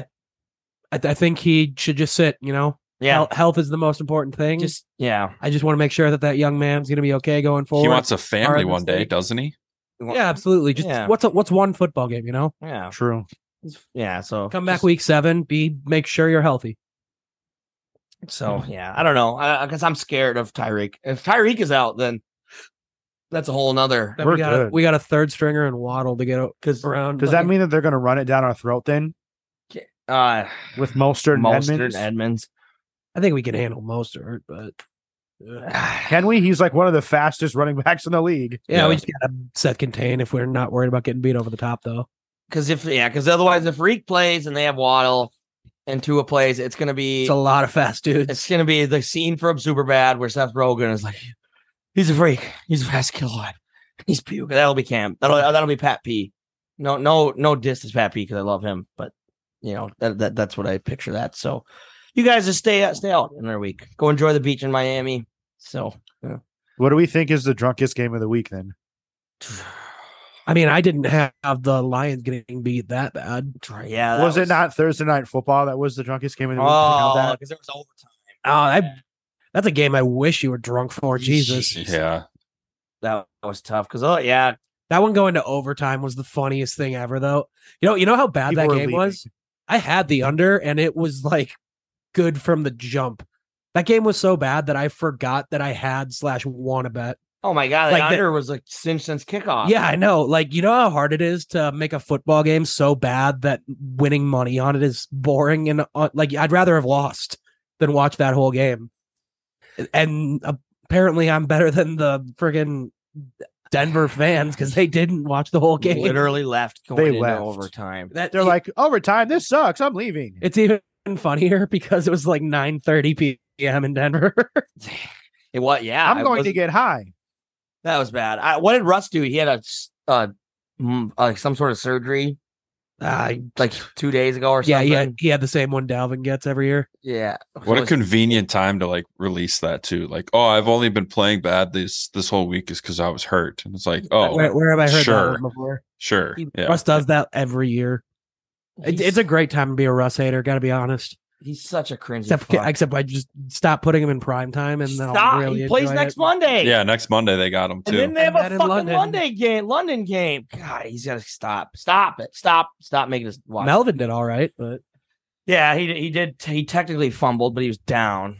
Speaker 4: I, I think he should just sit, you know.
Speaker 5: Yeah.
Speaker 4: Hel- health is the most important thing.
Speaker 5: Just yeah.
Speaker 4: I just want to make sure that that young man's going to be okay going forward.
Speaker 2: He wants a family
Speaker 4: Our
Speaker 2: one day,
Speaker 4: mistake.
Speaker 2: doesn't he?
Speaker 4: yeah, absolutely. Just
Speaker 5: Yeah.
Speaker 4: what's a, what's one football game, you know?
Speaker 5: Yeah.
Speaker 6: True.
Speaker 5: Yeah. So
Speaker 4: Come back
Speaker 5: just-
Speaker 4: week 7, be make sure you're healthy.
Speaker 6: Hmm.
Speaker 5: So yeah, I don't know. I because I'm scared of Tyreek. If Tyreek is out, then that's a whole nother.
Speaker 4: Then
Speaker 6: We're
Speaker 4: we got a,
Speaker 6: good.
Speaker 4: we got a third stringer and Waddle to get o-
Speaker 5: Because uh,
Speaker 4: around.
Speaker 6: Does that mean that they're gonna run it down our throat then with Mostert and
Speaker 5: Mostert
Speaker 6: Edmonds?
Speaker 5: uh, Edmonds.
Speaker 4: I think we can handle Mostert, but [SIGHS] yeah,
Speaker 6: Can we? He's like one of the fastest running [LAUGHS] backs in the league.
Speaker 2: Yeah.
Speaker 4: we just got to set contain if we're not worried about getting beat over the top, though.
Speaker 5: Because if yeah, because otherwise, if Reek plays and they have Waddle and Tua plays, it's gonna be
Speaker 4: It's a lot of fast dudes.
Speaker 5: it's gonna be the scene from Superbad where Seth Rogen is like, he's a freak, he's a fast killer, he's puke. That'll be Cam. That'll that'll be Pat P. No no no diss to Pat P because I love him, but you know that, that that's what I picture that. So you guys just stay out, stay out in their week. Go enjoy the beach in Miami. So
Speaker 6: What do we think is the drunkest game of the week then?
Speaker 4: [SIGHS] I mean, I didn't have the Lions getting beat that bad.
Speaker 5: yeah, that
Speaker 6: was, it not Thursday night football that was the drunkest game of the week? Think
Speaker 5: Oh,
Speaker 6: of
Speaker 5: because there was overtime.
Speaker 4: Oh, I, that's a game I wish you were drunk for. Jesus.
Speaker 2: Yeah.
Speaker 5: That was tough because oh yeah,
Speaker 4: That one going to overtime was the funniest thing ever, though. You know, you know how bad
Speaker 6: People
Speaker 4: that
Speaker 6: were
Speaker 4: game
Speaker 6: leaving.
Speaker 4: was. I had the under, and it was like good from the jump. That game was so bad that I forgot that I had slash won a bet.
Speaker 5: oh my god, that
Speaker 4: Like the-
Speaker 5: under was like cinched since kickoff.
Speaker 4: Yeah, I know. Like, you know how hard it is to make a football game so bad that winning money on it is boring and uh, like I'd rather have lost than watch that whole game. And apparently, I'm better than the friggin' Denver fans because they didn't watch the whole game.
Speaker 5: literally left going
Speaker 6: They
Speaker 5: into
Speaker 6: left.
Speaker 5: overtime.
Speaker 4: That-
Speaker 6: They're like overtime. This sucks. I'm leaving.
Speaker 4: it's even funnier because it was like 9:30 p.m. in Denver. [LAUGHS]
Speaker 5: It was yeah.
Speaker 6: I'm
Speaker 5: it
Speaker 6: going
Speaker 5: was-
Speaker 6: to get high.
Speaker 5: That was bad. I, what did Russ do? He had a s- uh, mm, uh, some sort of surgery.
Speaker 4: Uh,
Speaker 5: like two days ago
Speaker 4: [LAUGHS]
Speaker 5: or
Speaker 4: yeah,
Speaker 5: something.
Speaker 4: he had, he had the same one Dalvin gets every year.
Speaker 5: yeah.
Speaker 2: What a
Speaker 5: Was-
Speaker 2: convenient time to like release that too. Like, oh, I've only been playing bad this this whole week is because I was hurt. And it's like, oh,
Speaker 4: where, where have I heard
Speaker 2: sure.
Speaker 4: that one before?
Speaker 2: sure,
Speaker 4: He,
Speaker 2: yeah.
Speaker 4: Russ does that every year. It-
Speaker 5: He's-
Speaker 4: it's a great time to be a Russ hater. Got to be honest.
Speaker 5: he's such a cringe.
Speaker 4: Except, except I just stop putting him in prime time, and then I'll
Speaker 5: Stop.
Speaker 4: really
Speaker 5: he plays
Speaker 4: enjoy
Speaker 5: next
Speaker 4: it.
Speaker 5: Monday.
Speaker 2: Yeah, next Monday they got him
Speaker 5: And then
Speaker 2: too.
Speaker 5: they have
Speaker 4: And
Speaker 5: a
Speaker 4: then in
Speaker 5: fucking
Speaker 4: London.
Speaker 5: Monday game, London game. God, he's got to stop. Stop it. Stop. Stop making us watch.
Speaker 4: Melvin did all right, but
Speaker 5: Yeah, he he did. He technically fumbled, but he was down.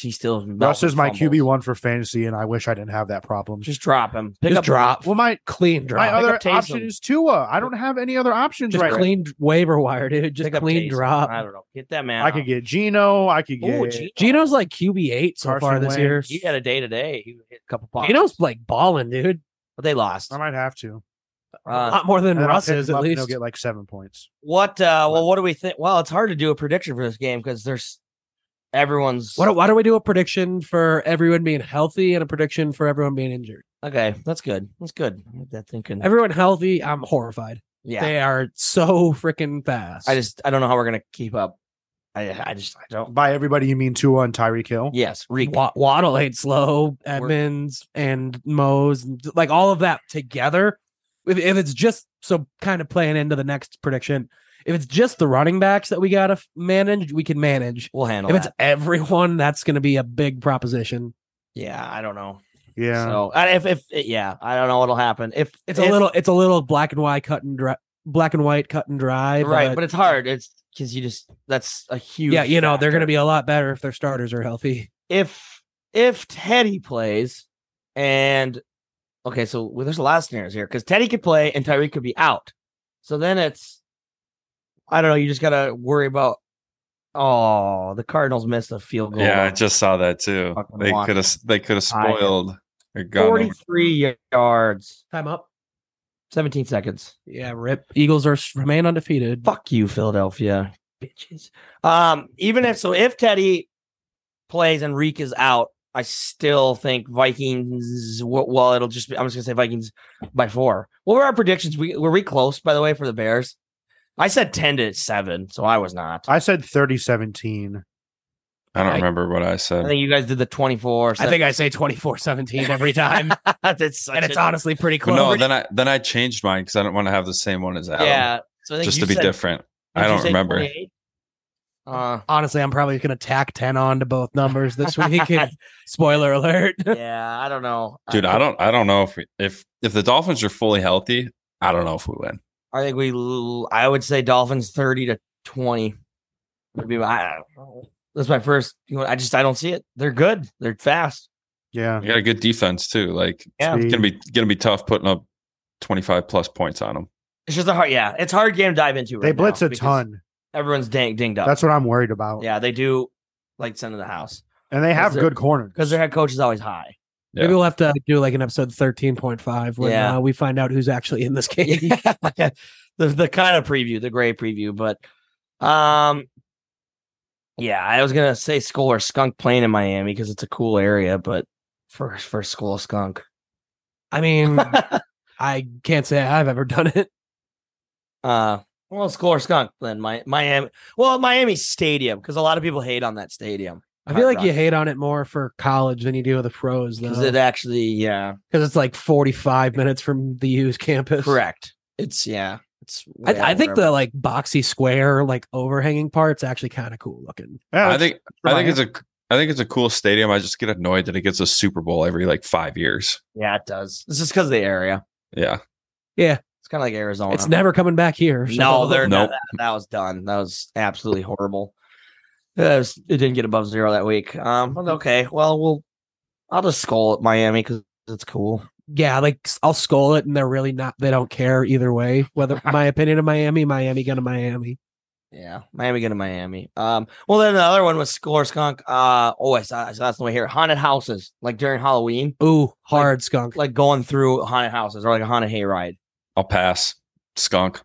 Speaker 5: He still
Speaker 6: Russ
Speaker 5: Melvin
Speaker 6: is my
Speaker 5: fumbles.
Speaker 6: QB one for fantasy, and I wish I didn't have that problem.
Speaker 5: Just drop him. Pick
Speaker 4: Just
Speaker 5: up drop.
Speaker 6: Well, my
Speaker 4: clean
Speaker 6: my
Speaker 4: drop.
Speaker 5: Pick
Speaker 6: other
Speaker 5: up Taysom.
Speaker 6: option is Tua. I don't have any other options
Speaker 4: just
Speaker 6: right. now.
Speaker 4: clean waiver wire, dude. Just
Speaker 5: Pick up
Speaker 4: clean
Speaker 5: Taysom.
Speaker 4: drop.
Speaker 5: I don't know. Get that man.
Speaker 6: I could get Gino. I could
Speaker 5: Ooh,
Speaker 6: get.
Speaker 5: Gino.
Speaker 4: Gino's like QB eight so
Speaker 6: Carson
Speaker 4: far this
Speaker 6: Wentz.
Speaker 4: year.
Speaker 5: He had a day today. He hit a couple pops.
Speaker 4: Gino's like balling, dude.
Speaker 5: but they lost.
Speaker 6: I might have to.
Speaker 4: a
Speaker 5: Uh,
Speaker 4: lot more than
Speaker 6: And then I'll
Speaker 4: Russ
Speaker 6: pick
Speaker 4: is
Speaker 6: him
Speaker 4: at
Speaker 6: up and
Speaker 4: least.
Speaker 6: He'll get like seven points.
Speaker 5: what? Uh, well, what do we think? Well, it's hard to do a prediction for this game because there's everyone's.
Speaker 4: Why don't, why don't we do a prediction for everyone being healthy and a prediction for everyone being injured?
Speaker 5: okay, that's good. That's good. I like that thinking.
Speaker 4: Everyone healthy, I'm horrified.
Speaker 5: yeah.
Speaker 4: They are so freaking fast.
Speaker 5: I just I don't know how we're gonna keep up. I I just I don't.
Speaker 6: By everybody, you mean Tua and Tyreek Hill?
Speaker 5: Yes, Reek.
Speaker 4: Wa- Waddle ain't slow.
Speaker 5: We're-
Speaker 4: Edmonds and Moe's, and like all of that together. If, if it's just so kind of playing into the next prediction, if it's just the running backs that we got to manage, we can manage.
Speaker 5: We'll handle
Speaker 4: If it's
Speaker 5: that.
Speaker 4: everyone, that's going to be a big proposition.
Speaker 5: Yeah, I don't know.
Speaker 6: Yeah.
Speaker 5: So I- if if yeah, I don't know what'll happen. If
Speaker 4: It's
Speaker 5: if-
Speaker 4: a little, it's a little black and white cut and dry, black and white cut and dry.
Speaker 5: right,
Speaker 4: but
Speaker 5: but it's hard. It's because you just that's a huge.
Speaker 4: yeah, you know, they're going
Speaker 5: factor.
Speaker 4: to be a lot better if their starters are healthy.
Speaker 5: if if Teddy plays and okay, so well, there's a lot of scenarios here because Teddy could play and Tyreek could be out. So then it's I don't know, you just gotta worry about oh the Cardinals missed a field goal.
Speaker 2: Yeah, I just saw that too.
Speaker 5: Fucking
Speaker 2: They
Speaker 5: watch.
Speaker 2: could have they could have
Speaker 5: I am
Speaker 2: spoiled or gone over-
Speaker 5: 43 yards,
Speaker 4: Time up.
Speaker 5: 17 seconds.
Speaker 4: Yeah, rip. Eagles are s- remain undefeated.
Speaker 5: Fuck you, Philadelphia. Bitches. Um, even if so if Teddy plays and Reek is out, I still think Vikings w- well, it'll just be I'm just gonna say Vikings by four. What were our predictions? We were we close by the way for the Bears? I said ten to seven, so I was not. I,
Speaker 6: I said 30 17.
Speaker 2: I don't
Speaker 4: I-
Speaker 2: remember what I said.
Speaker 5: think you guys did the 24.
Speaker 4: I think I say 24-17
Speaker 5: [LAUGHS]
Speaker 4: every time,
Speaker 5: that's such
Speaker 4: and it's
Speaker 5: a-
Speaker 4: honestly pretty
Speaker 2: But
Speaker 4: close.
Speaker 2: no, then I then I changed mine because I don't want to have the same one as Adam.
Speaker 5: yeah. So I think
Speaker 2: just
Speaker 5: you
Speaker 2: to be
Speaker 5: said-
Speaker 2: different. I
Speaker 5: did you
Speaker 2: don't
Speaker 5: say
Speaker 2: remember.
Speaker 5: 28?
Speaker 2: [LAUGHS]
Speaker 5: Uh
Speaker 4: honestly, I'm probably going to tack 10 on to both numbers [LAUGHS] this week. and spoiler alert.
Speaker 5: yeah, I don't know.
Speaker 2: Dude, I don't I don't know if we, if if the Dolphins are fully healthy, I don't know if we win.
Speaker 5: I think we. l- I would say Dolphins thirty to twenty. Would be my. I don't know. That's my first. You know, I just I don't see it. They're good. They're fast.
Speaker 6: Yeah.
Speaker 2: We got a good defense too. Like
Speaker 5: Yeah.
Speaker 2: it's gonna be gonna be tough putting up twenty five plus points on them.
Speaker 5: It's just a hard. Yeah, it's a hard game to dive into.
Speaker 6: They
Speaker 5: right now
Speaker 6: blitz a
Speaker 5: because
Speaker 6: ton.
Speaker 5: Everyone's dang dinged up.
Speaker 6: That's what I'm worried about.
Speaker 5: yeah, they do. Like send to the house
Speaker 6: And they have
Speaker 5: Is it-
Speaker 6: good corners.
Speaker 5: because their head coach is always high.
Speaker 6: [LAUGHS]
Speaker 5: [LAUGHS]
Speaker 4: Maybe
Speaker 2: Yeah.
Speaker 4: we'll have to do like an episode 13.5 when
Speaker 5: Yeah.
Speaker 4: uh, we find out who's actually in
Speaker 5: [LAUGHS]
Speaker 4: this game.
Speaker 5: the the kind of preview, the gray preview, but um, yeah, I was gonna say Skull or Skunk playing in Miami because it's a cool area, but for for Skull Skunk, [LAUGHS]
Speaker 4: I mean, I can't say I've ever done it.
Speaker 5: Uh, well, score skunk then Mi- Miami. Well, Miami Stadium because a lot of people hate on that stadium
Speaker 4: I feel
Speaker 5: Hard
Speaker 4: like you
Speaker 5: rock.
Speaker 4: hate on it more for college than you do with the pros, though,
Speaker 5: because
Speaker 4: because
Speaker 5: it actually, yeah,
Speaker 4: it's like 45 minutes from the U's campus.
Speaker 5: correct. It's yeah, it's. way
Speaker 4: I, I
Speaker 5: out
Speaker 4: think
Speaker 5: there.
Speaker 4: the like boxy square, like overhanging part's actually kind of cool looking.
Speaker 6: Yeah,
Speaker 2: I
Speaker 6: it's-
Speaker 2: think I think it's a I think it's a cool stadium. I just get annoyed that it gets a Super Bowl every like five years.
Speaker 5: yeah, it does. It's just because of the area.
Speaker 2: Yeah.
Speaker 5: It's kind of like Arizona.
Speaker 4: It's never coming back here. so-
Speaker 5: no, they're no,
Speaker 2: Nope.
Speaker 5: that, that was done. That was absolutely horrible. It, was- it didn't get above zero that week. Um, but okay, well, we'll. I'll just skull at Miami because it's cool.
Speaker 4: yeah, like s- I'll skull it, and they're really not. They don't care either way.
Speaker 5: [LAUGHS]
Speaker 4: Whether my opinion of Miami, Miami gonna Miami.
Speaker 5: Yeah, Miami going to Miami. Um, well then the other one was Score Skunk. Uh, oh, I saw, I saw that's the way here. Haunted houses, like during Halloween,
Speaker 4: Ooh, hard skunk.
Speaker 5: like going through haunted houses or like a haunted hayride.
Speaker 2: I'll pass. Skunk.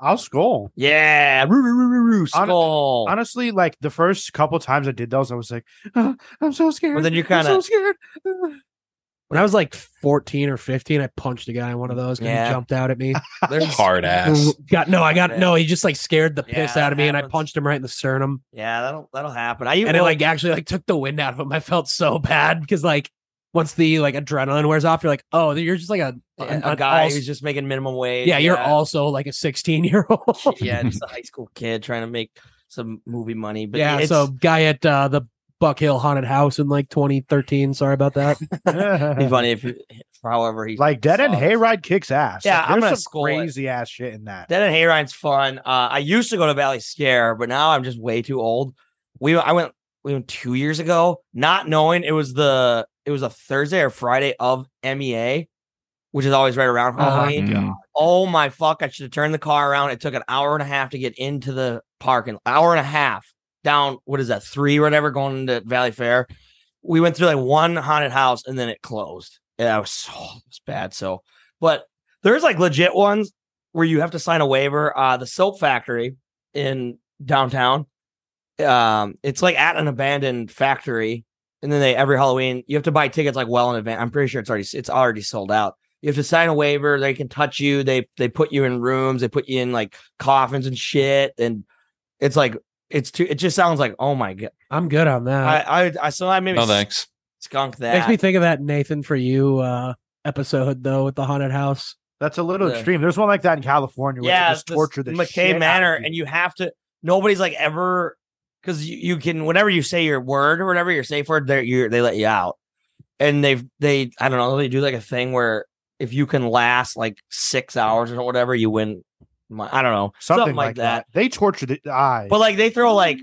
Speaker 6: I'll skull.
Speaker 5: Yeah, roo, roo, roo, roo, roo,
Speaker 6: Hon-
Speaker 5: skull.
Speaker 6: Honestly, like the first couple times I did those, I was like, "Ah, I'm so scared.
Speaker 5: But then you
Speaker 6: I'm
Speaker 5: kinda-
Speaker 6: so scared.
Speaker 4: When I was like 14 or 15, I punched a guy in one of those because
Speaker 5: Yeah.
Speaker 4: he jumped out at me. [LAUGHS]
Speaker 5: There's-
Speaker 2: Hard ass.
Speaker 4: Got no, I got no. He just like scared the
Speaker 5: Yeah,
Speaker 4: piss out of me,
Speaker 5: that
Speaker 4: and I
Speaker 5: happens.
Speaker 4: punched him right in the sternum,
Speaker 5: Yeah, that'll that'll happen. I
Speaker 4: and it like actually like took the wind out of him. I felt so bad because like once the like adrenaline wears off, you're like, oh, you're just like a an-
Speaker 5: a
Speaker 4: an
Speaker 5: guy
Speaker 4: als-
Speaker 5: who's just making minimum wage.
Speaker 4: yeah, you're also like a 16 year
Speaker 5: [LAUGHS]
Speaker 4: old.
Speaker 5: yeah, just a high school kid trying to make some movie money. But
Speaker 4: yeah,
Speaker 5: it's,
Speaker 4: so guy at uh, the Buck Hill haunted house in like 2013. Sorry about that.
Speaker 5: [LAUGHS] it'd be
Speaker 6: [LAUGHS]
Speaker 5: funny if, you- however, he
Speaker 6: like Dead End
Speaker 5: sucks.
Speaker 6: Hayride kicks ass.
Speaker 5: Yeah,
Speaker 6: Like,
Speaker 5: I'm
Speaker 6: there's
Speaker 5: gonna
Speaker 6: some
Speaker 5: score it.
Speaker 6: crazy ass shit in that.
Speaker 5: Dead End Hayride's fun. Uh, I used to go to Valley Scare, but now I'm just way too old. We I went we went two years ago, not knowing it was the it was a Thursday or Friday of MEA, which is always right around
Speaker 4: Uh-huh.
Speaker 5: Halloween.
Speaker 2: Mm.
Speaker 5: Oh my fuck! I should have turned the car around. It took an hour and a half to get into the parking. Hour and a half down. What is that? Three, or whatever, going into Valley Fair. We went through like one haunted house and then it closed. Yeah, it was so it was bad. So, but there's like legit ones where you have to sign a waiver. Uh, the Soap Factory in downtown. Um, it's like at an abandoned factory, and then they every Halloween you have to buy tickets like well in advance. I'm pretty sure it's already it's already sold out you have to sign a waiver. They can touch you. They they put you in rooms. They put you in like coffins and shit. And it's like it's too. It just sounds like oh my god.
Speaker 4: I'm good on that.
Speaker 6: Uh-huh.
Speaker 5: I I, I so I maybe
Speaker 2: No Oh, thanks.
Speaker 5: skunk that.
Speaker 4: Makes me think of that Nathan for you uh, episode though with the haunted house.
Speaker 6: That's a little
Speaker 5: Yeah.
Speaker 6: extreme. There's one like that in California where
Speaker 5: yeah,
Speaker 6: they just torture the
Speaker 5: McKay
Speaker 6: shit
Speaker 5: Manor,
Speaker 6: out of you.
Speaker 5: and you have to. Nobody's like ever because you, you can whenever you say your word or whatever your safe word, they you they let you out, and they've they I don't know they do like a thing where if you can last like six hours or whatever, you win. mon- I don't know
Speaker 6: something, like, that. They torture the eyes.
Speaker 5: But like they throw like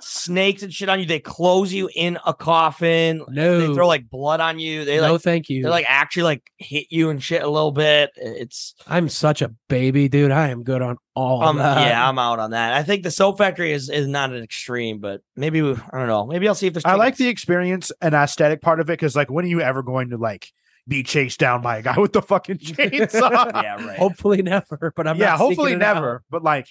Speaker 5: snakes and shit on you. They close you in a coffin.
Speaker 4: No,
Speaker 5: They throw like blood on you. They
Speaker 4: no,
Speaker 5: like
Speaker 4: thank you.
Speaker 5: they like actually like hit you and shit a little bit. It's
Speaker 4: I'm such a baby, dude. I am good on all.
Speaker 5: um
Speaker 4: that. [LAUGHS]
Speaker 5: yeah, I'm out on that. I think the soap factory is is not an extreme, but maybe we, I don't know. Maybe I'll see if there's.
Speaker 6: I like the
Speaker 5: tickets.
Speaker 6: experience and aesthetic part of it because like when are you ever going to like be chased down by a guy [LAUGHS] with
Speaker 5: [LAUGHS]
Speaker 6: the fucking chainsaw?
Speaker 5: yeah right.
Speaker 4: Hopefully never, but I'm
Speaker 6: yeah,
Speaker 4: not seeking
Speaker 6: hopefully
Speaker 4: it out.
Speaker 6: never. But like,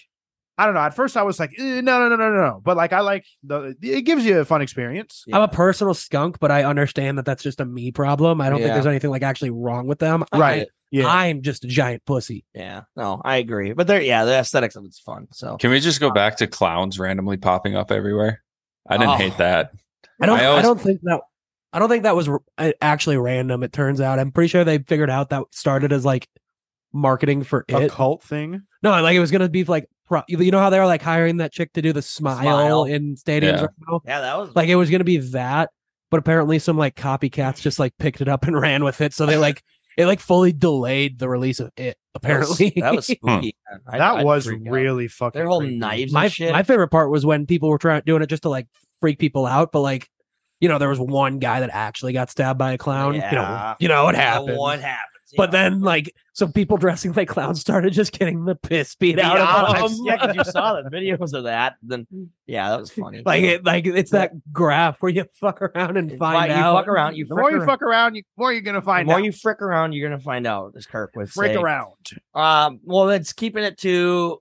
Speaker 6: I don't know. At first, I was like, eh, no, no, no, no, no, no. But like, I like the. It gives you a fun experience.
Speaker 5: Yeah.
Speaker 4: I'm a personal skunk, but I understand that that's just a me problem. I don't think
Speaker 5: Yeah.
Speaker 4: there's anything like actually wrong with them. I-
Speaker 6: Right. Yeah.
Speaker 4: I'm just a giant pussy.
Speaker 5: yeah no I agree, but there yeah the aesthetics of it's fun. So
Speaker 2: Can we just go back to clowns randomly popping up everywhere? I didn't
Speaker 5: Oh.
Speaker 2: hate that.
Speaker 4: I don't.
Speaker 2: I
Speaker 4: I,
Speaker 2: always-
Speaker 4: don't think that. I don't think that was r- uh, actually random. It turns out, I'm pretty sure they figured out that started as like marketing for
Speaker 6: a
Speaker 4: it.
Speaker 6: cult thing.
Speaker 4: No, like it was gonna be like pro- you know how they were like hiring that chick to do the smile,
Speaker 5: Smile.
Speaker 4: in stadiums
Speaker 2: Yeah.
Speaker 4: right now.
Speaker 5: yeah that was
Speaker 4: Like it was gonna be that, but apparently some like copycats just like picked it up and [LAUGHS] ran with it. So they like it like fully delayed the release of it.
Speaker 5: that was-
Speaker 4: Apparently, Hmm.
Speaker 5: that
Speaker 4: [LAUGHS]
Speaker 5: was spooky. man. I-
Speaker 6: that
Speaker 5: I'd
Speaker 6: was
Speaker 5: freak out.
Speaker 6: really fucking.
Speaker 5: their whole
Speaker 6: creepy.
Speaker 5: knives
Speaker 4: my
Speaker 5: and shit.
Speaker 4: my favorite part was when people were trying doing it just to like freak people out, but like. You know, there was one guy that actually got stabbed by a clown. You know,
Speaker 5: Yeah.
Speaker 4: you know it
Speaker 5: Yeah,
Speaker 4: happened.
Speaker 5: What happens?
Speaker 4: But
Speaker 5: Uh, yeah.
Speaker 4: then, like, some people dressing like clowns started just getting the piss beat out of them.
Speaker 5: Yeah, 'cause you saw the videos of that. Then yeah, that was funny.
Speaker 4: [LAUGHS] Like it, like it's that graph where you fuck around and
Speaker 5: You
Speaker 4: find out.
Speaker 5: fu- You fuck around. You
Speaker 6: The
Speaker 5: frick
Speaker 6: more you
Speaker 5: around.
Speaker 6: fuck around, you the more you're gonna
Speaker 5: The
Speaker 6: find
Speaker 5: more
Speaker 6: out.
Speaker 5: you frick around, you're gonna find out. As Kirk would
Speaker 6: Freak
Speaker 5: say.
Speaker 6: around.
Speaker 5: Um. Well, that's keeping it to.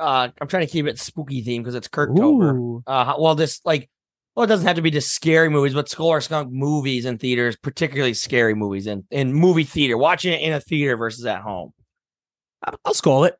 Speaker 5: Uh, I'm trying to keep it spooky theme because it's Kirktober.
Speaker 4: Ooh.
Speaker 5: Uh, ho- well, this like, well, it doesn't have to be just scary movies, but skull or skunk movies in theaters, particularly scary movies in in movie theater. Watching it in a theater versus at home,
Speaker 4: I- I'll scroll it.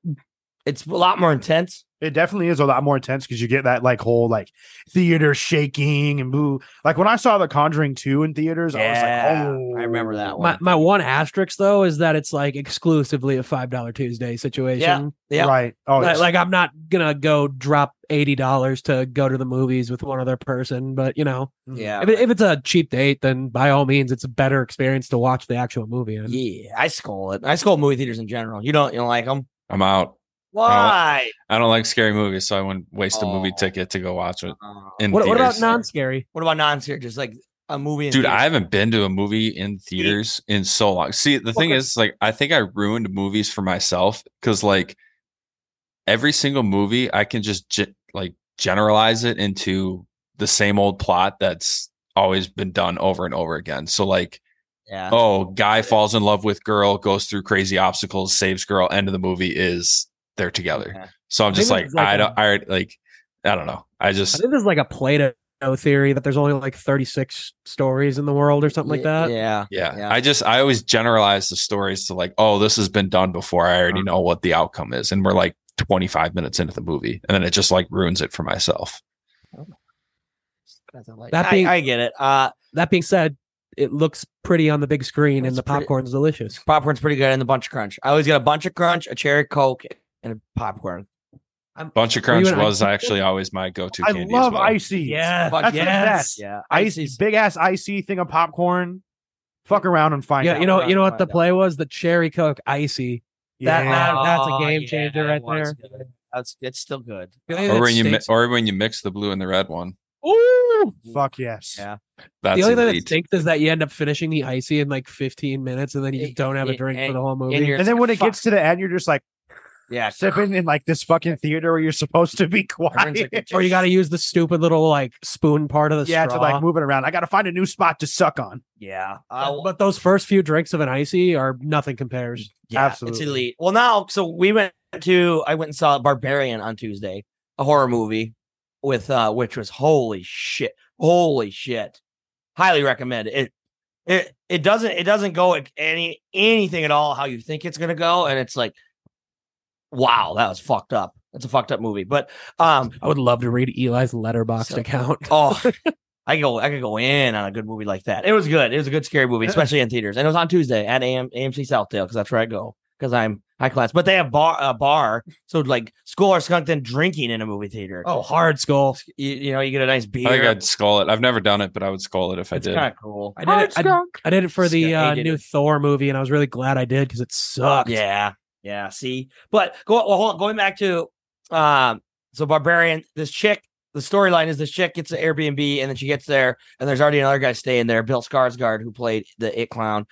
Speaker 5: it's a lot more intense.
Speaker 6: It definitely is a lot more intense because you get that like whole like theater shaking and boo. Like when I saw The Conjuring two in theaters, I was like, oh,
Speaker 5: I remember that one.
Speaker 4: My my one asterisk though is that it's like exclusively a five dollar Tuesday situation.
Speaker 5: Yeah.
Speaker 6: Right. Oh,
Speaker 4: Like,
Speaker 6: it's-
Speaker 4: like, I'm not gonna go drop eighty dollars to go to the movies with one other person, but you know,
Speaker 5: yeah.
Speaker 4: if, it, if it's a cheap date, then by all means, it's a better experience to watch the actual movie. in.
Speaker 5: Yeah, I scold it. I scold movie theaters in general. You don't you don't like them?
Speaker 2: I'm out.
Speaker 5: Why?
Speaker 2: I don't like scary movies, so I wouldn't waste a movie
Speaker 5: Oh.
Speaker 2: ticket to go watch it.
Speaker 5: Uh,
Speaker 2: In
Speaker 4: What, what about
Speaker 2: theaters.
Speaker 4: non scary?
Speaker 5: what about non-serious? Just like a movie, in
Speaker 2: Dude,
Speaker 5: theaters?
Speaker 2: I haven't been to a movie in theaters in so long. See, the thing
Speaker 5: Okay.
Speaker 2: is, like, I think I ruined movies for myself because, like, every single movie I can just ge- like generalize it into the same old plot that's always been done over and over again. So, like,
Speaker 5: yeah.
Speaker 2: oh, guy falls in love with girl, goes through crazy obstacles, saves girl. End of the movie is they're together.
Speaker 5: Yeah.
Speaker 2: So I'm just
Speaker 4: Maybe
Speaker 2: like,
Speaker 4: it's like
Speaker 2: I
Speaker 4: a-
Speaker 2: don't, I like, I don't know. I
Speaker 4: I
Speaker 2: just
Speaker 4: think there's like a plate of theory that there's only like 36 stories in the world or something like that.
Speaker 5: Yeah.
Speaker 2: Yeah.
Speaker 5: Yeah.
Speaker 2: I just I always generalize the stories to like, oh, this has been done before. I already know what the outcome is. And we're like 25 minutes into the movie. And then it just like ruins it for myself.
Speaker 4: That
Speaker 5: I-
Speaker 4: being-
Speaker 5: I, get it. Uh,
Speaker 4: That being said, it looks pretty on the big screen and
Speaker 5: It's
Speaker 4: the
Speaker 5: pretty-
Speaker 4: popcorn's delicious.
Speaker 5: popcorn's pretty good, and the bunch of crunch. I always get a bunch of crunch, a cherry coke, and a popcorn.
Speaker 2: Bunch of
Speaker 4: Were you
Speaker 2: Crunch
Speaker 4: an
Speaker 2: was
Speaker 4: icy-
Speaker 2: actually always my go-to
Speaker 6: I
Speaker 2: candy. as
Speaker 6: love
Speaker 2: well.
Speaker 6: icy.
Speaker 5: Bunch
Speaker 6: That's
Speaker 5: of-
Speaker 6: yes.
Speaker 5: yeah.
Speaker 6: ice, big ass icy thing of popcorn. Fuck around and find
Speaker 4: Yeah,
Speaker 6: out.
Speaker 4: you know,
Speaker 5: I'll
Speaker 4: you know what
Speaker 5: find
Speaker 4: the
Speaker 5: out.
Speaker 4: play was? The cherry coke icy. that-
Speaker 6: Yeah.
Speaker 4: that- that's a
Speaker 5: Oh,
Speaker 4: game
Speaker 5: yeah,
Speaker 4: changer
Speaker 5: that
Speaker 4: right
Speaker 5: one's good. That's it's still good.
Speaker 2: Or when you mi- or when you mix the blue and the red one.
Speaker 4: Ooh!
Speaker 6: Fuck yes.
Speaker 5: Mm. Yeah.
Speaker 2: That's
Speaker 4: the only thing that
Speaker 2: elite.
Speaker 4: stinks is that you end up finishing the icy in like 15 minutes and then you just
Speaker 5: It-
Speaker 4: don't have a
Speaker 5: it-
Speaker 4: drink for
Speaker 5: and-
Speaker 4: the whole movie.
Speaker 5: and you're-
Speaker 6: And then when it
Speaker 5: Fuck.
Speaker 6: gets to the end, you're just like
Speaker 5: Yeah.
Speaker 6: sipping in like this fucking theater where you're supposed to be
Speaker 5: Everyone's
Speaker 6: [LAUGHS]
Speaker 4: [LAUGHS]
Speaker 5: like,
Speaker 6: quiet.
Speaker 4: or you got to use the stupid little like spoon part of the
Speaker 6: yeah,
Speaker 4: straw.
Speaker 6: to like move it around. I got to find a new spot to suck on.
Speaker 5: Yeah. Uh,
Speaker 4: But-
Speaker 5: I'll-
Speaker 4: but those first few drinks of an icy are nothing compares.
Speaker 5: yeah,
Speaker 6: absolutely.
Speaker 5: It's elite. Well, now, so we went to I went and saw Barbarian on Tuesday, a horror movie with uh which was holy shit. Holy shit. Highly recommend it. It it, it doesn't it doesn't go like any anything at all how you think it's gonna go. And it's like wow, that was fucked up. It's a fucked up movie. But um
Speaker 4: I would love to read Eli's letterbox
Speaker 5: So-
Speaker 4: account.
Speaker 5: [LAUGHS] Oh, I go, I could go in on a good movie like that. It was good. It was a good scary movie, especially in theaters. And it was on Tuesday at AM, AMC Southdale because that's where I go because I'm high class. But they have bar a bar, so like school or skunked and drinking in a movie theater.
Speaker 4: Oh, hard skull.
Speaker 5: You, you know, you get a nice beer.
Speaker 2: I think I'd skull it. I've never done it, but I would skull it if I
Speaker 5: it's
Speaker 2: did.
Speaker 5: kind of cool.
Speaker 4: I did it. I, I did it for the
Speaker 5: Yeah, he
Speaker 4: uh,
Speaker 5: did
Speaker 4: new
Speaker 5: it.
Speaker 4: Thor movie, and I was really glad I did because it sucked.
Speaker 5: Yeah, yeah. See, but go well, hold on, going back to um, so barbarian. This chick. The storyline is this chick gets an Airbnb and then she gets there and there's already another guy staying there, Bill Skarsgård, who played the It Clown,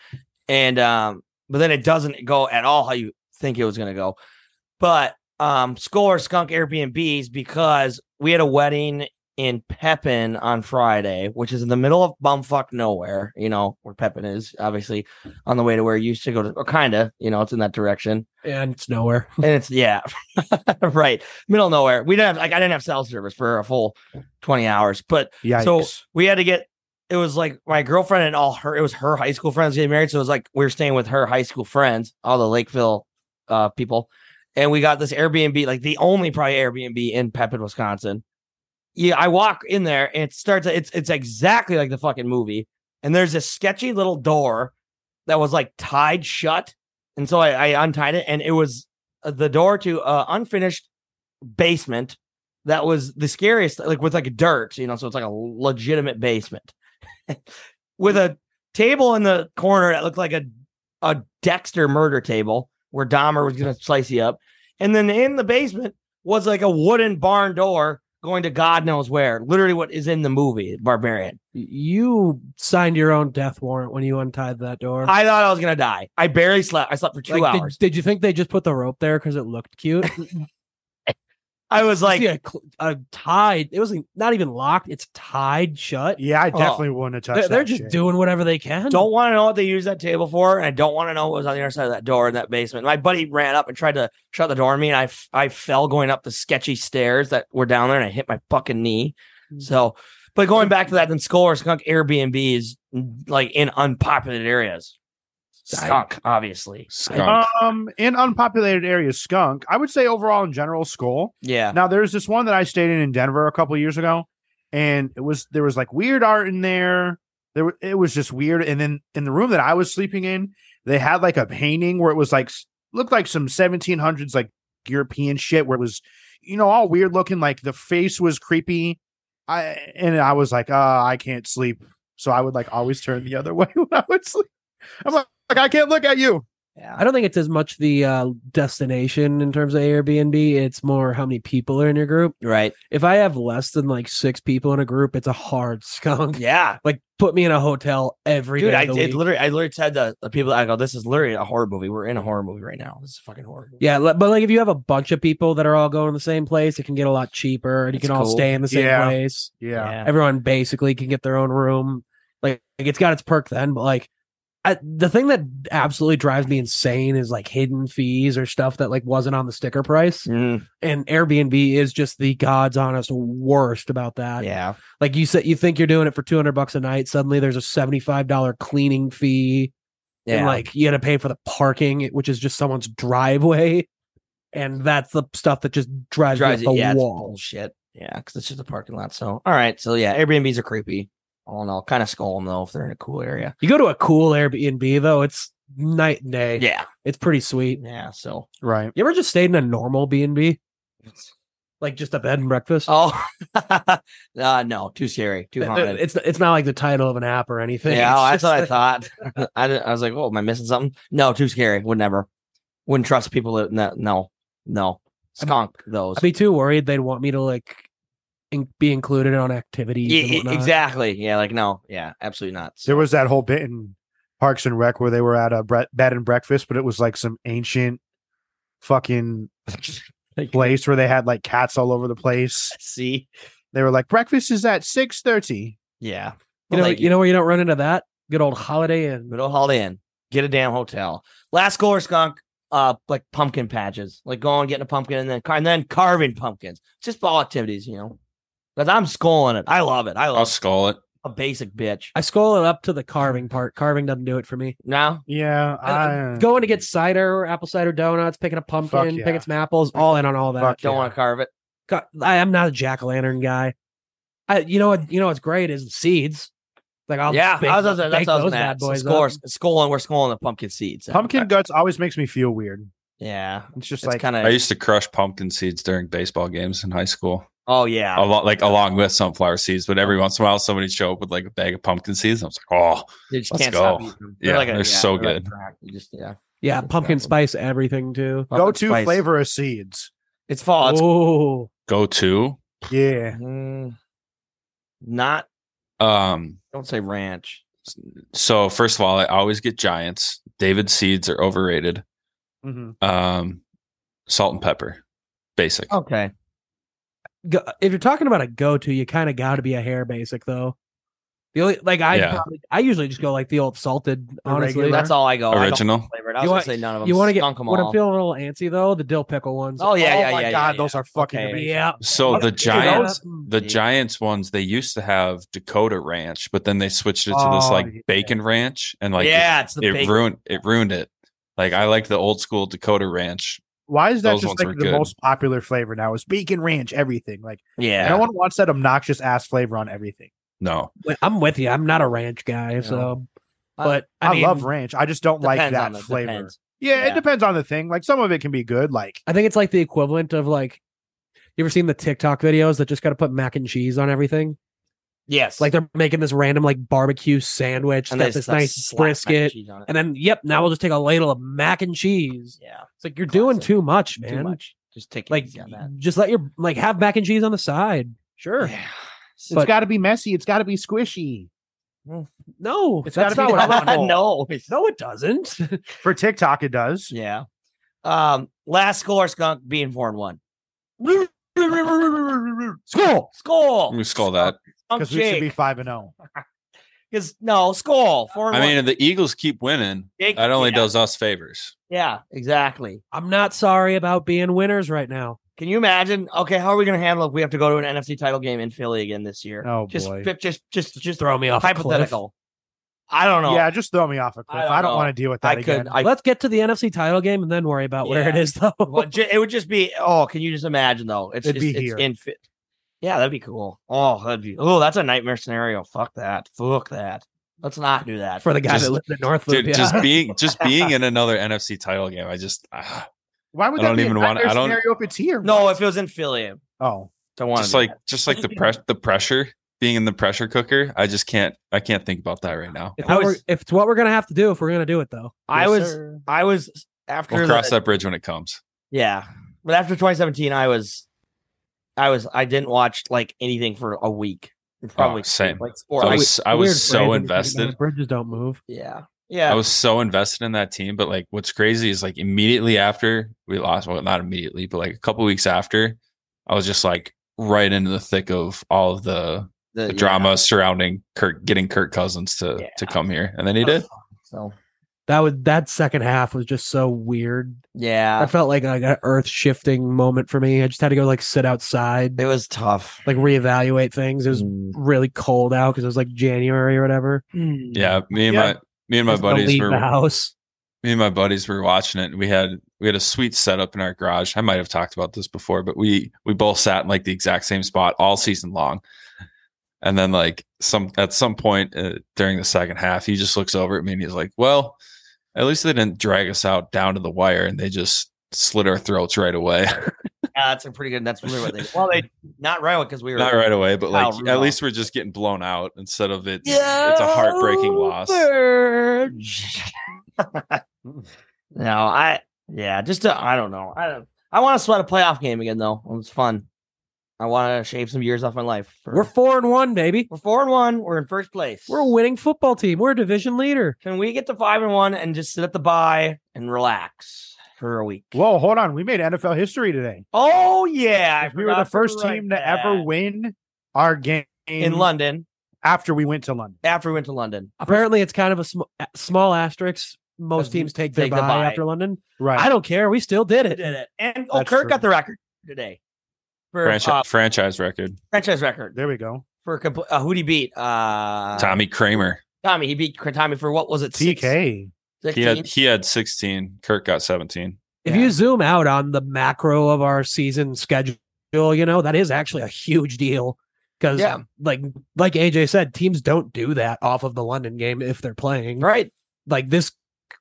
Speaker 5: and um, but then it doesn't go at all how you think it was gonna go. But um, score skunk Airbnbs because we had a wedding in Pepin on Friday, which is in the middle of bumfuck nowhere. You know where Pepin is, obviously on the way to where you used to go to, or kind of, you know, it's in that direction.
Speaker 4: and it's nowhere.
Speaker 5: And it's, yeah, [LAUGHS] right. Middle of nowhere. We didn't have, like, I didn't have cell service for a full 20 hours, but
Speaker 6: Yikes.
Speaker 5: so we had to get, it was like my girlfriend and all her, it was her high school friends getting married. So it was like we were staying with her high school friends, all the Lakeville uh, people. And we got this Airbnb, like the only probably Airbnb in Pepin, Wisconsin. Yeah, I walk in there and it starts, it's, it's exactly like the fucking movie. And there's this sketchy little door that was like tied shut. And so I, I untied it, and it was uh, the door to uh, unfinished basement that was the scariest, like with like dirt, you know. So it's like a legitimate basement [LAUGHS] with a table in the corner that looked like a a Dexter murder table where Dahmer was gonna slice you up, and then in the basement was like a wooden barn door going to God knows where. Literally, what is in the movie Barbarian.
Speaker 4: You signed your own death warrant when you untied that door.
Speaker 5: I thought I was gonna die. I barely slept. I slept for two
Speaker 4: Like, did-
Speaker 5: hours.
Speaker 4: Did, you think they just put the rope there because it looked cute?
Speaker 5: I was
Speaker 4: like
Speaker 5: like,
Speaker 4: a, cl- a tied. It was not even locked. It's tied shut.
Speaker 6: yeah, I
Speaker 5: Oh.
Speaker 6: definitely wouldn't have
Speaker 4: They're,
Speaker 6: touched.
Speaker 4: they're
Speaker 6: that
Speaker 4: just
Speaker 6: shit.
Speaker 4: doing whatever they can.
Speaker 5: don't want to know what they used that table for, and I don't want to know what was on the other side of that door in that basement. My buddy ran up and tried to shut the door on me, and I f- I fell going up the sketchy stairs that were down there, and I hit my fucking knee. So, but going back to that, then Skull or Skunk Airbnb is mm, like in unpopulated areas. Skunk, obviously.
Speaker 2: Skunk.
Speaker 6: Um, in unpopulated areas, skunk. I would say overall in general, skull.
Speaker 5: Yeah.
Speaker 6: Now there's this one that I stayed in in Denver a couple years ago, and it was there was like weird art in there. There wa- it was just weird. And then in the room that I was sleeping in, they had like a painting where it was like s- looked like some 1700s like European shit where it was you know all weird looking. Like the face was creepy. I and I was like, uh, I can't sleep. So I would like always turn the other [LAUGHS] way when I would sleep. I'm like, like I can't look at you.
Speaker 4: I don't think it's as much the uh, destination in terms of Airbnb. It's more how many people are in your group.
Speaker 5: Right.
Speaker 4: If I have less than like six people in a group, it's a hard [LAUGHS] skunk.
Speaker 5: Yeah.
Speaker 4: Like put me in a hotel every day.
Speaker 5: Dude,
Speaker 4: of
Speaker 5: I
Speaker 4: the
Speaker 5: did
Speaker 4: week.
Speaker 5: literally, I literally said to the people, I go, this is literally a horror movie. We're in a horror movie right now. This is a fucking horror movie.
Speaker 4: Yeah, li- but like if you have a bunch of people that are all going to the same place, it can get a lot cheaper, and you
Speaker 5: That's
Speaker 4: can all
Speaker 5: cool.
Speaker 4: stay in the same
Speaker 6: Yeah.
Speaker 4: place.
Speaker 6: Yeah.
Speaker 4: Everyone basically can get their own room. Like, like, it's got its perk then, but like I, the thing that absolutely drives me insane is like hidden fees or stuff that like wasn't on the sticker price.
Speaker 5: Mm,
Speaker 4: And Airbnb is just the god's honest worst about that.
Speaker 5: yeah.
Speaker 4: Like you said, you think you're doing it for 200 bucks a night. Suddenly there's a $75 cleaning fee.
Speaker 5: Yeah.
Speaker 4: And like you had to pay for the parking, which is just someone's driveway. And that's the stuff that just drives,
Speaker 5: drives
Speaker 4: me up
Speaker 5: it,
Speaker 4: the
Speaker 5: yeah, it's
Speaker 4: wall.
Speaker 5: bullshit. Yeah, because it's just a parking lot. So, all right. So, yeah, Airbnbs are creepy. All in all, kind of skull them though if they're in a cool area.
Speaker 4: You go to a cool Airbnb though, it's night and day.
Speaker 5: Yeah.
Speaker 4: It's pretty sweet.
Speaker 5: Yeah. So,
Speaker 6: Right.
Speaker 4: You ever just stayed in a normal B and B, like just a bed and breakfast?
Speaker 5: oh, [LAUGHS] uh, no, too scary, too
Speaker 4: Th-
Speaker 5: haunted.
Speaker 4: th- it's it's not like the title of an app or anything.
Speaker 5: yeah,
Speaker 4: It's
Speaker 5: oh, that's
Speaker 4: just
Speaker 5: what I [LAUGHS]
Speaker 4: like-
Speaker 5: thought. I, didn't- I was like, oh, am I missing something? No, too scary. Would never. Wouldn't trust people that no, no, no. skunk those.
Speaker 4: I'd be too worried they'd want me to like in, be included on activities.
Speaker 5: Yeah,
Speaker 4: and
Speaker 5: e-
Speaker 4: whatnot.
Speaker 5: exactly. Yeah, like no. Yeah, absolutely not.
Speaker 6: There was that whole bit in Parks and Rec where they were at a bre- bed and breakfast, but it was like some ancient fucking
Speaker 5: [LAUGHS]
Speaker 6: place where they had like cats all over the place.
Speaker 5: [LAUGHS] See,
Speaker 6: They were like, breakfast is at six thirty.
Speaker 5: yeah.
Speaker 4: You know,
Speaker 5: Like,
Speaker 4: you know where you don't run into that good old Holiday Inn.
Speaker 5: Middle Hall Inn. Get a damn hotel. Last goal or skunk, uh, like pumpkin patches. Like going getting a pumpkin and then car and then carving pumpkins. Just ball activities, you know. Because I'm sculling it. I love it. I
Speaker 2: I'll
Speaker 5: love
Speaker 2: skull it.
Speaker 5: a basic bitch.
Speaker 4: I scroll it up to the carving part. Carving doesn't do it for me.
Speaker 5: Now,
Speaker 6: Yeah, I,
Speaker 4: Uh, Going to get cider or apple cider donuts, picking a pumpkin,
Speaker 6: yeah.
Speaker 4: picking some apples, all in on all that.
Speaker 6: Fuck
Speaker 5: don't
Speaker 6: yeah.
Speaker 5: want to carve it.
Speaker 4: God, I, am not a jack o' lantern guy. I, you know what? You know what's great is the seeds. Like I'll
Speaker 5: yeah,
Speaker 4: bake-
Speaker 5: I was, that's
Speaker 4: bake
Speaker 5: what I was
Speaker 4: those
Speaker 5: mad.
Speaker 4: bad boys.
Speaker 5: so
Speaker 4: up.
Speaker 5: score, sculling, we're sculling the pumpkin seeds.
Speaker 6: pumpkin guts always makes me feel weird.
Speaker 5: Yeah,
Speaker 6: It's just
Speaker 5: it's
Speaker 6: like
Speaker 5: kind
Speaker 2: I
Speaker 5: of.
Speaker 2: used to crush pumpkin seeds during baseball games in high school.
Speaker 5: Oh yeah,
Speaker 2: A lot like along with sunflower seeds, but every once in a while somebody show up with like a bag of pumpkin seeds. And I was like, oh
Speaker 5: you just
Speaker 2: let's
Speaker 5: can't stop
Speaker 2: go.
Speaker 5: eating them.
Speaker 2: Yeah, they're so
Speaker 5: like a
Speaker 2: good.
Speaker 5: crack. you just yeah.
Speaker 4: Yeah,
Speaker 5: That's
Speaker 4: pumpkin
Speaker 5: awesome.
Speaker 4: spice everything too.
Speaker 5: Pumpkin
Speaker 6: go to
Speaker 5: spice.
Speaker 6: flavor of seeds.
Speaker 5: It's fall. It's
Speaker 4: Oh,
Speaker 2: go to.
Speaker 6: Yeah,
Speaker 5: Mm, not.
Speaker 2: Um
Speaker 5: Don't say ranch.
Speaker 2: so first of all, I always get giants. David seeds are overrated.
Speaker 6: Mhm.
Speaker 2: Um salt and pepper. Basic.
Speaker 5: Okay.
Speaker 4: go, if you're talking about a go-to, you kind of got to be a hair basic though. The only like I
Speaker 2: Yeah.
Speaker 4: probably, I usually just go like the old salted. Honestly,
Speaker 6: regular.
Speaker 5: That's all I go. I don't
Speaker 2: Original.
Speaker 5: flavor it. I
Speaker 4: You
Speaker 5: was gonna
Speaker 4: want-
Speaker 5: say none of them.
Speaker 4: you want to get.
Speaker 5: Skunk 'em
Speaker 4: When I'm
Speaker 5: all.
Speaker 4: feeling a little antsy though, the dill pickle ones.
Speaker 5: Oh yeah,
Speaker 6: Oh
Speaker 5: yeah,
Speaker 6: my
Speaker 5: yeah,
Speaker 6: God,
Speaker 5: yeah,
Speaker 6: those
Speaker 5: yeah. Oh,
Speaker 6: are fucking
Speaker 5: Okay.
Speaker 6: amazing.
Speaker 4: yeah.
Speaker 2: So the giants
Speaker 4: Mm.
Speaker 2: the
Speaker 5: Yeah.
Speaker 2: Giants ones they used to have Dakota Ranch, but then they switched it to this
Speaker 6: Oh,
Speaker 2: like
Speaker 6: yeah.
Speaker 2: bacon ranch, and like
Speaker 5: yeah, it's the
Speaker 2: it, it
Speaker 5: big.
Speaker 2: ruined it ruined it. Like I like the old school Dakota Ranch.
Speaker 6: Why is that
Speaker 2: Those
Speaker 6: just
Speaker 2: ones
Speaker 6: like
Speaker 2: were
Speaker 6: the
Speaker 2: good.
Speaker 6: most popular flavor now? Is bacon ranch everything? Like
Speaker 5: yeah.
Speaker 6: no one wants that obnoxious ass flavor on everything.
Speaker 2: No,
Speaker 4: Wait, I'm with you. I'm not a ranch guy, so.
Speaker 5: I-
Speaker 4: But I,
Speaker 6: I,
Speaker 4: mean,
Speaker 6: love ranch. I just don't like
Speaker 5: Depends on
Speaker 6: that
Speaker 5: the-
Speaker 6: flavor.
Speaker 5: depends.
Speaker 6: Yeah,
Speaker 5: Yeah.
Speaker 6: it depends on the thing. Like some of it can be good. Like
Speaker 4: I think it's like the equivalent of like. You ever seen the TikTok videos that just got to put mac and cheese on everything?
Speaker 5: Yes.
Speaker 4: Like they're making this random like barbecue sandwich
Speaker 5: they
Speaker 4: that's this
Speaker 5: slap-
Speaker 4: nice
Speaker 5: slap mac and
Speaker 4: brisket,
Speaker 5: cheese on it.
Speaker 4: and then yep, now we'll just take a ladle of mac and cheese.
Speaker 5: Yeah.
Speaker 4: It's like you're doing
Speaker 5: Classic.
Speaker 4: too much,
Speaker 5: Too
Speaker 4: man.
Speaker 5: much. Just take it
Speaker 4: Like,
Speaker 5: easy on [LAUGHS] that.
Speaker 4: just let your like have mac and cheese on the side. Sure.
Speaker 5: Yeah.
Speaker 4: But-
Speaker 6: it's got to be messy. It's got to be squishy.
Speaker 4: No,
Speaker 6: It's
Speaker 4: that's
Speaker 6: gotta
Speaker 4: not
Speaker 6: be
Speaker 4: what I
Speaker 6: hot.
Speaker 4: want.
Speaker 5: no.
Speaker 4: No, it doesn't. [LAUGHS]
Speaker 6: For TikTok, it does.
Speaker 5: Yeah. Um. Last score, skunk being four and one.
Speaker 4: [LAUGHS]
Speaker 6: Skull,
Speaker 2: I'm
Speaker 5: Skull.
Speaker 2: gonna skull that.
Speaker 6: because we should be five and oh. zero.
Speaker 5: Because no, skull. Four and
Speaker 2: I
Speaker 5: one.
Speaker 2: mean, if the Eagles keep winning,
Speaker 5: Jake-
Speaker 2: that only
Speaker 5: yeah,
Speaker 2: does us favors.
Speaker 5: Yeah, exactly.
Speaker 4: I'm not sorry about being winners right now.
Speaker 5: Can you imagine? Okay, how are we going to handle if we have to go to an NFC title game in Philly again this year?
Speaker 6: Oh,
Speaker 5: just,
Speaker 6: boy.
Speaker 5: fi- Just, just, just
Speaker 4: Throw me off. a cliff.
Speaker 5: hypothetical. I don't know.
Speaker 6: Yeah, just throw me off a cliff. I
Speaker 5: don't
Speaker 6: don't,
Speaker 5: know.
Speaker 6: want to deal with that
Speaker 5: I
Speaker 6: again.
Speaker 5: could. I
Speaker 4: Let's get to the NFC title game and then worry about where it
Speaker 5: Yeah.
Speaker 4: is, though. [LAUGHS]
Speaker 5: well, ju- it would just be. Oh, can you just imagine though? It's
Speaker 6: It'd
Speaker 5: just,
Speaker 6: be
Speaker 5: it's
Speaker 6: here.
Speaker 5: in fit. Yeah, that'd be cool. Oh, that'd be. Oh, that's a nightmare scenario. Fuck that. Fuck that. Let's not do that.
Speaker 4: For the guy
Speaker 2: Just-
Speaker 4: that lives in North Loop,
Speaker 2: Dude,
Speaker 4: yeah. [LAUGHS]
Speaker 2: just being just
Speaker 5: [LAUGHS]
Speaker 2: being in another NFC title game, I just ah,
Speaker 6: Why would
Speaker 2: I
Speaker 6: that
Speaker 2: don't
Speaker 6: be
Speaker 2: even
Speaker 6: a
Speaker 2: wanna-
Speaker 6: nightmare
Speaker 2: I don't-
Speaker 6: scenario if it's here?
Speaker 5: no, if it was in Philly,
Speaker 6: Oh,
Speaker 5: don't want
Speaker 2: just like just like the press the pressure being in the pressure cooker. I just can't I can't think about that right now.
Speaker 4: if,
Speaker 5: I
Speaker 4: what we're,
Speaker 5: was-
Speaker 4: if it's what we're gonna have to do, if we're gonna do it, though,
Speaker 5: I
Speaker 6: Yes,
Speaker 5: was.
Speaker 6: sir.
Speaker 5: I was after
Speaker 2: We'll
Speaker 5: the-
Speaker 2: cross that bridge when it comes.
Speaker 5: Yeah. But after 2017, I was, I was, I didn't watch like anything for a week. Probably
Speaker 2: Oh,
Speaker 5: two,
Speaker 2: same.
Speaker 5: Like
Speaker 2: So
Speaker 5: four.
Speaker 2: I
Speaker 5: I-
Speaker 2: was I
Speaker 4: Weird
Speaker 2: was so
Speaker 4: phrase,
Speaker 2: invested.
Speaker 4: Bridges don't move.
Speaker 5: yeah. Yeah.
Speaker 2: I was so invested in that team. But like, what's crazy is like immediately after we lost, well, not immediately, but like a couple weeks after, I was just like right into the thick of all of the,
Speaker 5: the,
Speaker 2: the
Speaker 5: yeah.
Speaker 2: drama surrounding Kirk getting Kirk Cousins to
Speaker 5: Yeah.
Speaker 2: to come here, and then he did.
Speaker 5: So
Speaker 4: That would that second half was just so weird. I
Speaker 5: yeah,
Speaker 4: felt like like an earth shifting moment for me. I just had to go like sit outside,
Speaker 5: it was tough.
Speaker 4: like reevaluate things. It was
Speaker 5: Mm.
Speaker 4: really cold out because it was like January or whatever.
Speaker 2: Yeah, me and
Speaker 6: Yeah.
Speaker 2: my me and my
Speaker 4: Just to
Speaker 2: buddies
Speaker 4: leave
Speaker 2: were
Speaker 4: the house.
Speaker 2: me and my buddies were watching it and we had we had a sweet setup in our garage i might have talked about this before but we we both sat in like the exact same spot all season long and then like some at some point uh, during the second half he just looks over at me and he's like well at least they didn't drag us out down to the wire and they just slit our throats right away
Speaker 5: Yeah, that's a pretty good. That's really what they. Well, they not right because we were
Speaker 2: not right away but like
Speaker 5: Kyle
Speaker 2: at
Speaker 5: Rudolph.
Speaker 2: least we're just getting blown out instead of it's
Speaker 5: Yeah,
Speaker 2: it's a heartbreaking loss
Speaker 5: [LAUGHS] no, I yeah, just to, I don't know. I don't. I want to sweat a playoff game again though. It was fun. I want to shave some years off my life. for-
Speaker 4: We're four and one, baby.
Speaker 5: we're four and one. We're in first place.
Speaker 4: We're a winning football team. We're a division leader.
Speaker 5: Can we get to five and one and just sit at the bye and relax for a week?
Speaker 6: Whoa, hold on. We made NFL history today.
Speaker 5: Oh yeah, I
Speaker 6: we were the
Speaker 5: forgot to
Speaker 6: first
Speaker 5: write
Speaker 6: team to ever
Speaker 5: that.
Speaker 6: win our game
Speaker 5: in London
Speaker 6: after we went to London.
Speaker 5: after we went to London.
Speaker 4: Apparently, it's kind of a sm- a- small asterisk. Most
Speaker 5: Doesn't
Speaker 4: teams take their
Speaker 5: take the
Speaker 4: bye,
Speaker 5: bye.
Speaker 4: after London.
Speaker 6: Right.
Speaker 4: I don't care. We still did it.
Speaker 5: Did it and oh,
Speaker 6: That's
Speaker 5: Kirk
Speaker 6: true.
Speaker 5: got the record today for
Speaker 2: franchise,
Speaker 5: uh,
Speaker 2: franchise record
Speaker 5: franchise record.
Speaker 6: there we go.
Speaker 5: for compl- uh, who'd he beat? Uh,
Speaker 2: tommy kramer
Speaker 5: Tommy. He beat Cr- Tommy for what was it? six-
Speaker 6: TK.
Speaker 2: he
Speaker 5: 16?
Speaker 2: had he had 16 kirk got 17
Speaker 4: If
Speaker 5: Yeah.
Speaker 4: you zoom out on the macro of our season schedule, you know that is actually a huge deal because,
Speaker 5: Yeah.
Speaker 4: like like AJ said, teams don't do that off of the London game if they're playing.
Speaker 5: right.
Speaker 4: Like this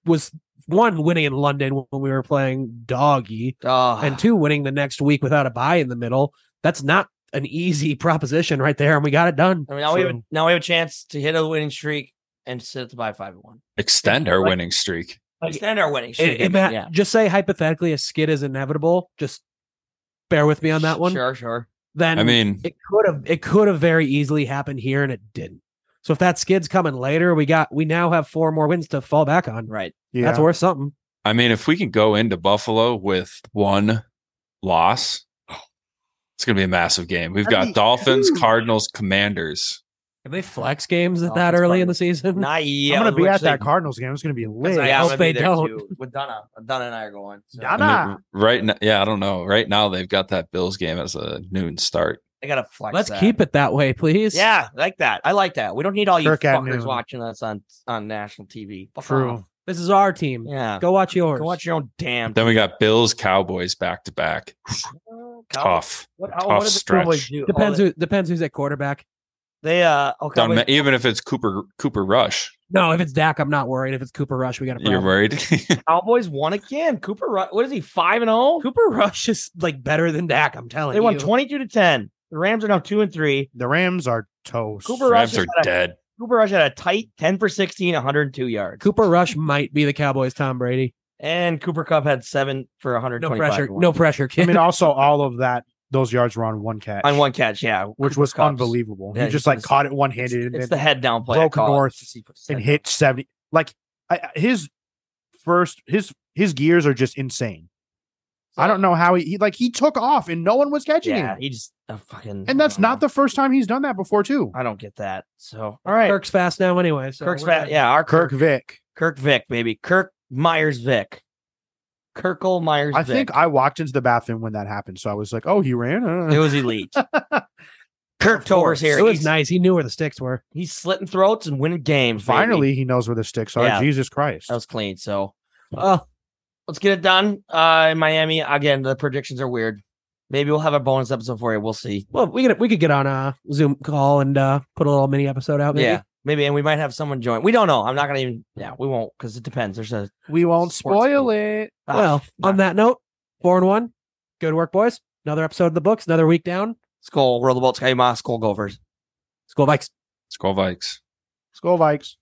Speaker 4: was one winning in London when we were playing doggy,
Speaker 5: Uh,
Speaker 4: and two winning the next week without a bye in the middle. That's not an easy [LAUGHS] proposition right there, and we got it done.
Speaker 5: I mean, now we have a,
Speaker 6: True.
Speaker 5: now we have a chance to hit a winning streak and sit at the by five and one.
Speaker 2: extend our
Speaker 5: Like-
Speaker 2: winning streak
Speaker 4: Like,
Speaker 5: Extend our winning
Speaker 4: It,
Speaker 5: streak.
Speaker 4: it, Matt,
Speaker 5: yeah.
Speaker 4: just say hypothetically a skid is inevitable. Just bear with me on that one.
Speaker 5: Sure, sure.
Speaker 4: Then
Speaker 2: I mean,
Speaker 4: it could have it could have very easily happened here and it didn't. So if that skid's coming later, we got we now have four more wins to fall back on.
Speaker 5: Right.
Speaker 6: Yeah.
Speaker 4: That's worth something.
Speaker 2: I mean, if we can go into Buffalo with one loss, it's going to be a massive game. We've
Speaker 6: That'd
Speaker 2: got
Speaker 6: be
Speaker 2: Dolphins, Cardinals, Commanders.
Speaker 4: Can they flex games
Speaker 5: Oh,
Speaker 4: that
Speaker 5: that's
Speaker 4: early in
Speaker 5: probably-
Speaker 4: the season? [LAUGHS]
Speaker 5: Not yet.
Speaker 6: I'm going to be
Speaker 5: which
Speaker 6: at
Speaker 5: they-
Speaker 6: that Cardinals game. It's going to be
Speaker 5: 'cause
Speaker 6: lit.
Speaker 5: I
Speaker 4: hope
Speaker 5: am gonna be
Speaker 4: they
Speaker 5: there,
Speaker 4: don't.
Speaker 5: too, with Donna. Donna and I are going. So.
Speaker 2: I
Speaker 6: Donna-
Speaker 2: mean,
Speaker 6: Ah.
Speaker 2: right now, yeah, I don't know. Right now, they've got that Bills game as a noon start.
Speaker 5: I gotta flex.
Speaker 4: Let's
Speaker 5: that.
Speaker 4: keep it that way, please.
Speaker 5: Yeah, I like that. I like that. We don't need all you
Speaker 6: Kirk at
Speaker 5: fuckers
Speaker 6: noon.
Speaker 5: watching us on on national TV. Fuck
Speaker 6: True.
Speaker 5: off.
Speaker 4: This is our team.
Speaker 5: Yeah.
Speaker 4: Go watch yours.
Speaker 5: Go watch your own damn.
Speaker 2: Then we got Bills, Cowboys back to back.
Speaker 5: Cowboys.
Speaker 2: Tough.
Speaker 5: What,
Speaker 2: Tough
Speaker 5: how, what did the Cowboys
Speaker 2: stretch.
Speaker 5: do?
Speaker 4: depends
Speaker 5: oh,
Speaker 4: who depends who's at quarterback.
Speaker 5: they, they uh oh,
Speaker 2: Doesn't
Speaker 5: Cowboys,
Speaker 2: ma- even if it's Cooper Cooper Rush,
Speaker 4: No, if it's Dak, I'm not worried. If it's Cooper Rush, we got a problem.
Speaker 2: you're worried.
Speaker 5: Cowboys won again. Cooper, Ru- what is he five and zero?
Speaker 4: Cooper Rush is like better than Dak. I'm telling
Speaker 5: They
Speaker 4: you.
Speaker 5: won twenty two to ten. The Rams are now two and three.
Speaker 6: the Rams are toast.
Speaker 5: Cooper Rush
Speaker 2: [LAUGHS] Rams
Speaker 5: has
Speaker 2: are
Speaker 5: had a,
Speaker 2: dead.
Speaker 5: Cooper Rush had a tight ten for 16, 102 yards,
Speaker 4: Cooper Rush might be the Cowboys' Tom Brady.
Speaker 5: and Cooper Cup had seven for one hundred
Speaker 4: No
Speaker 5: twenty five.
Speaker 4: pressure. No pressure, kid.
Speaker 6: I mean, also all of that, those yards were on one catch,
Speaker 5: on one catch. Yeah,
Speaker 6: which
Speaker 5: Cooper
Speaker 6: was
Speaker 5: Kupp's.
Speaker 6: unbelievable.
Speaker 5: Yeah,
Speaker 6: he just
Speaker 5: he
Speaker 6: like
Speaker 5: was-
Speaker 6: caught it one
Speaker 5: It's,
Speaker 6: handed
Speaker 5: it's
Speaker 6: and
Speaker 5: the
Speaker 6: then
Speaker 5: head down play. I
Speaker 6: broke
Speaker 5: call it.
Speaker 6: north
Speaker 5: He puts his
Speaker 6: and
Speaker 5: head
Speaker 6: hit 70. Like I, I- his first, his his gears are just insane. I don't know how he, he like he took off and no one was catching
Speaker 5: down. Yeah,
Speaker 6: him.
Speaker 5: he just a fucking.
Speaker 6: And that's
Speaker 5: I don't
Speaker 6: not
Speaker 5: know.
Speaker 6: the first time he's done that before too.
Speaker 5: I don't get that. So all right, Kirk,
Speaker 4: Kirk's fast now anyway. So
Speaker 5: Kirk's
Speaker 4: we're
Speaker 5: back.
Speaker 4: good.
Speaker 5: Yeah, our Kirk,
Speaker 6: Kirk Vick.
Speaker 5: Kirk Vick, baby. Kirk Myers Vick. Kirkle Myers.
Speaker 6: I
Speaker 5: Vick.
Speaker 6: think I walked into the bathroom when that happened, so I was like, "Oh, he ran." Uh.
Speaker 5: It was
Speaker 6: [LAUGHS]
Speaker 5: elite. Kirk
Speaker 4: Of course.
Speaker 5: Tober's here.
Speaker 4: It was
Speaker 5: he's,
Speaker 4: nice. He knew where the sticks were.
Speaker 5: he's slitting throats and winning games. baby.
Speaker 6: Finally, he knows where the sticks are.
Speaker 5: Yeah.
Speaker 6: Jesus Christ!
Speaker 5: that was clean. So uh,
Speaker 4: Oh,
Speaker 5: let's get it done. Uh, in Miami again, the predictions are weird. Maybe we'll have a bonus episode for you. We'll see.
Speaker 4: well, we could we could get on a Zoom call and uh, put a little mini episode out. Oh, Maybe.
Speaker 5: Yeah, maybe, and we might have someone join. We don't know. I'm not gonna even. Yeah, we won't because it depends. There's a
Speaker 6: we won't
Speaker 5: Sports
Speaker 6: spoil
Speaker 5: book.
Speaker 6: it.
Speaker 5: ah,
Speaker 4: Well,
Speaker 5: nah.
Speaker 4: on that note, four and one. Good work, boys. Another episode of the books. Another week down.
Speaker 5: skull roll the bolt, sky ma skull govers.
Speaker 4: School bikes.
Speaker 2: Skull Vikes.
Speaker 6: Skull Vikes.